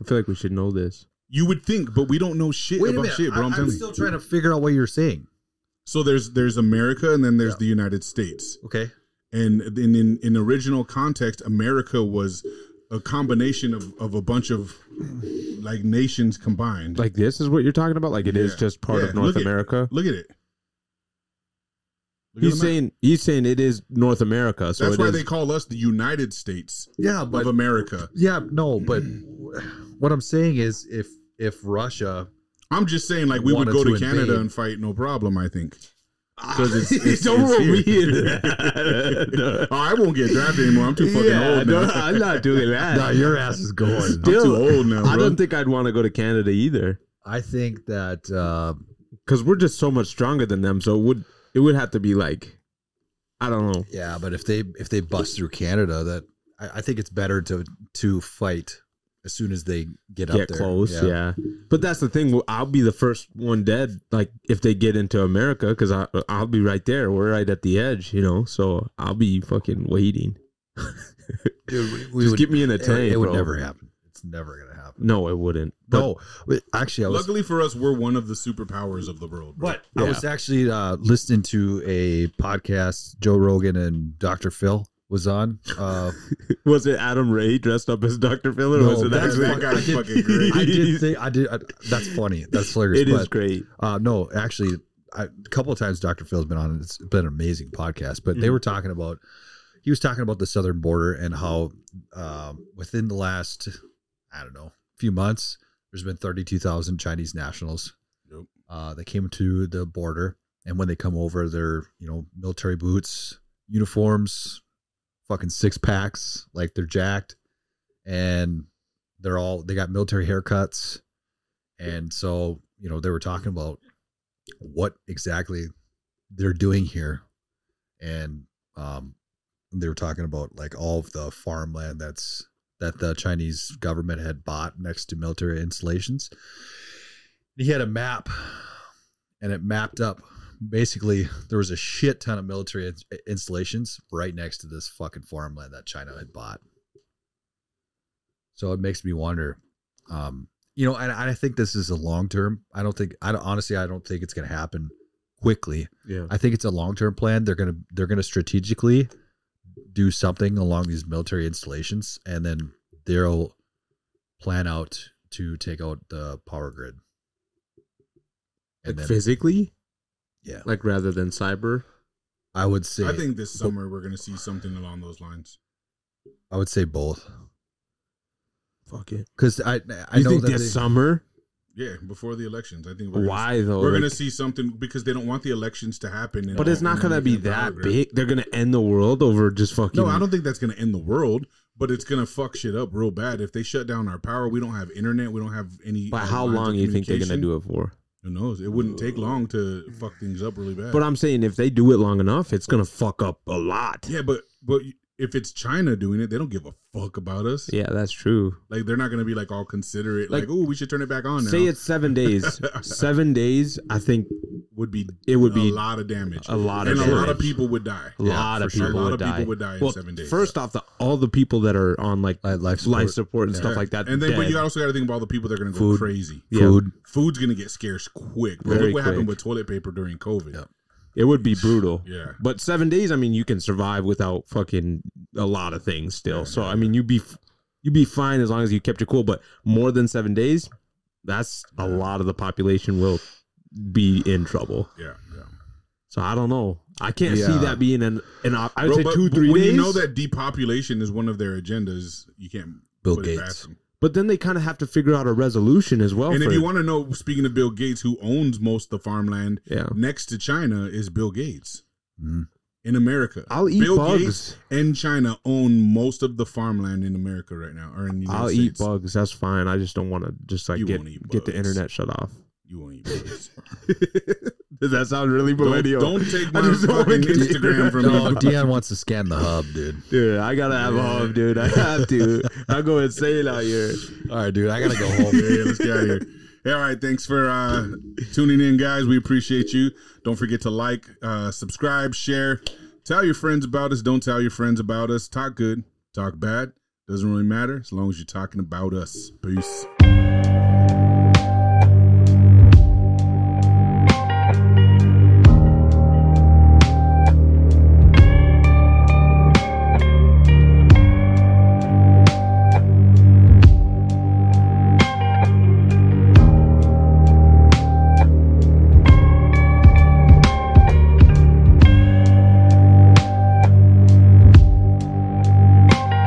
I feel like we should know this. You would think, but we don't know shit Wait a about minute. shit, bro. I, I'm, am telling still you. trying to figure out what you're saying. So there's there's America, and then there's Yeah. the United States. Okay. and in in, in original context, America was a combination of, of a bunch of like nations combined. Like this is what you're talking about. Like it is Yeah. just part Yeah, of North look at- America. look at it. Look at He's the map. saying he's saying it is North America. So that's it why is- they call us the United States Yeah, but of America. yeah, no, but what I'm saying is, if if Russia, I'm just saying, like we would Wanted go to, to Canada invade. and fight, no problem. I think. because it's- it's- don't it's roll here. me in that. Oh, I won't get drafted anymore. I'm too fucking Yeah, old no, now. I'm not doing that. no, your ass is going. I'm too Still, old now, bro. I don't think I'd want to go to Canada either I think that uh, because we're just so much stronger than them. So it would it would have to be like I don't know. yeah, but if they if they bust through Canada, that I, I think it's better to to fight as soon as they get, up get there. close. Yeah. but that's the thing. I'll be the first one dead. Like if they get into America, because I I'll be right there. We're right at the edge, you know. So I'll be fucking waiting. Dude, we Just would- get me in a it- tank. It, would bro. never happen. It's never gonna happen. No, it wouldn't. But no, but actually, I was Luckily for us, we're one of the superpowers of the world. Bro. But I Yeah. was actually uh, listening to a podcast. Joe Rogan and Dr. Phil was on. Uh, was it Adam Ray dressed up as Dr. Phil, or No, was it that's actually? that fuck- guy's I did- fucking great. I did think I did. I, that's funny. That's hilarious. It but, is great. Uh, no, actually, I, a couple of times Dr. Phil's been on. and It's been an amazing podcast. But they Mhm. were talking about he was talking about the southern border and how um, within the last I don't know few months there's been thirty two thousand Chinese nationals Yep. uh, that came to the border, and when they come over, they're you know military boots, uniforms, fucking six packs, like they're jacked, and they're all they got military haircuts, and so you know they were talking about what exactly they're doing here, and um, they were talking about like all of the farmland that's that the Chinese government had bought next to military installations. He had a map, and it mapped up. Basically, there was a shit ton of military ins- installations right next to this fucking farmland that China had bought. So it makes me wonder, um, you know, and and I think this is a long term. I don't think I don't, honestly I don't think it's going to happen quickly. Yeah. I think it's a long term plan. They're gonna they're gonna strategically do something along these military installations, and then they'll plan out to take out the power grid. Like And then, physically, yeah, like rather than cyber. I would say I think this summer we're gonna see something along those lines. I would say both Fuck it. because I I you know think that this they, summer? Yeah, before the elections, I think. We're gonna Why though? We're Like- gonna see something because they don't want the elections to happen. in- but it's not in gonna be the that power grid. big. They're gonna end the world over just fucking. No, I don't think that's gonna end the world, but it's gonna fuck shit up real bad if they shut down our power. We don't have internet. We don't have any. But how long you think they're gonna do it for? Who knows? It wouldn't take long to fuck things up really bad. But I'm saying if they do it long enough, it's gonna fuck up a lot. yeah, but but if it's China doing it, they don't give a fuck about us. Yeah, that's true. Like they're not gonna be like all considerate. Like, Like- oh, we should turn it back on. Now. Say it's seven days. seven days, I think would be it would a be lot of damage. a lot and of a lot of damage. people would die. a Yeah, lot for of sure. a people, lot would, of die. people would die in well, seven days. First off, the, all the people that are on like like life support, life support and stuff Yeah. like that, And then, but dead. you also got to think about the people that are going to go Food. crazy. yeah, food. Food's going to get scarce quick. Bro, look Very what happened quick. with toilet paper during COVID. Yep. it would be brutal. Yeah. But seven days, I mean, you can survive without fucking a lot of things still. so I mean, you'd be you'd be fine as long as you kept your cool. But more than seven days, that's a lot of the population will be in trouble. Yeah. yeah. So I don't know. I can't Yeah. see that being an an. op- I would Bro, say but- two but three when days. you know that depopulation is one of their agendas, you can't Bill put it Gates. past them. But then they kind of have to figure out a resolution as well. and for if you it. want to know, speaking of Bill Gates, who owns most of the farmland yeah, next to China is Bill Gates Mhm. in America. I'll eat Bill bugs. Gates and China own most of the farmland in America right now, or in the United I'll eat States. bugs. That's fine. I just don't want to just like You get won't eat get the bugs. internet shut off. You won't eat bugs. Does that sound really don't, millennial? don't take my just don't fucking wanna get the Instagram internet. from Mm. No, me. Dion wants to scan the hub, dude. dude, I gotta have a home, dude. I have to. I go insane out here. All right, dude, I gotta go home. yeah, yeah, let's get out of here. Yeah, all right, thanks for uh, tuning in, guys. We appreciate you. Don't forget to like, uh, subscribe, share. Tell your friends about us. Don't tell your friends about us. Talk good, talk bad. Doesn't really matter as long as you're talking about us. Peace.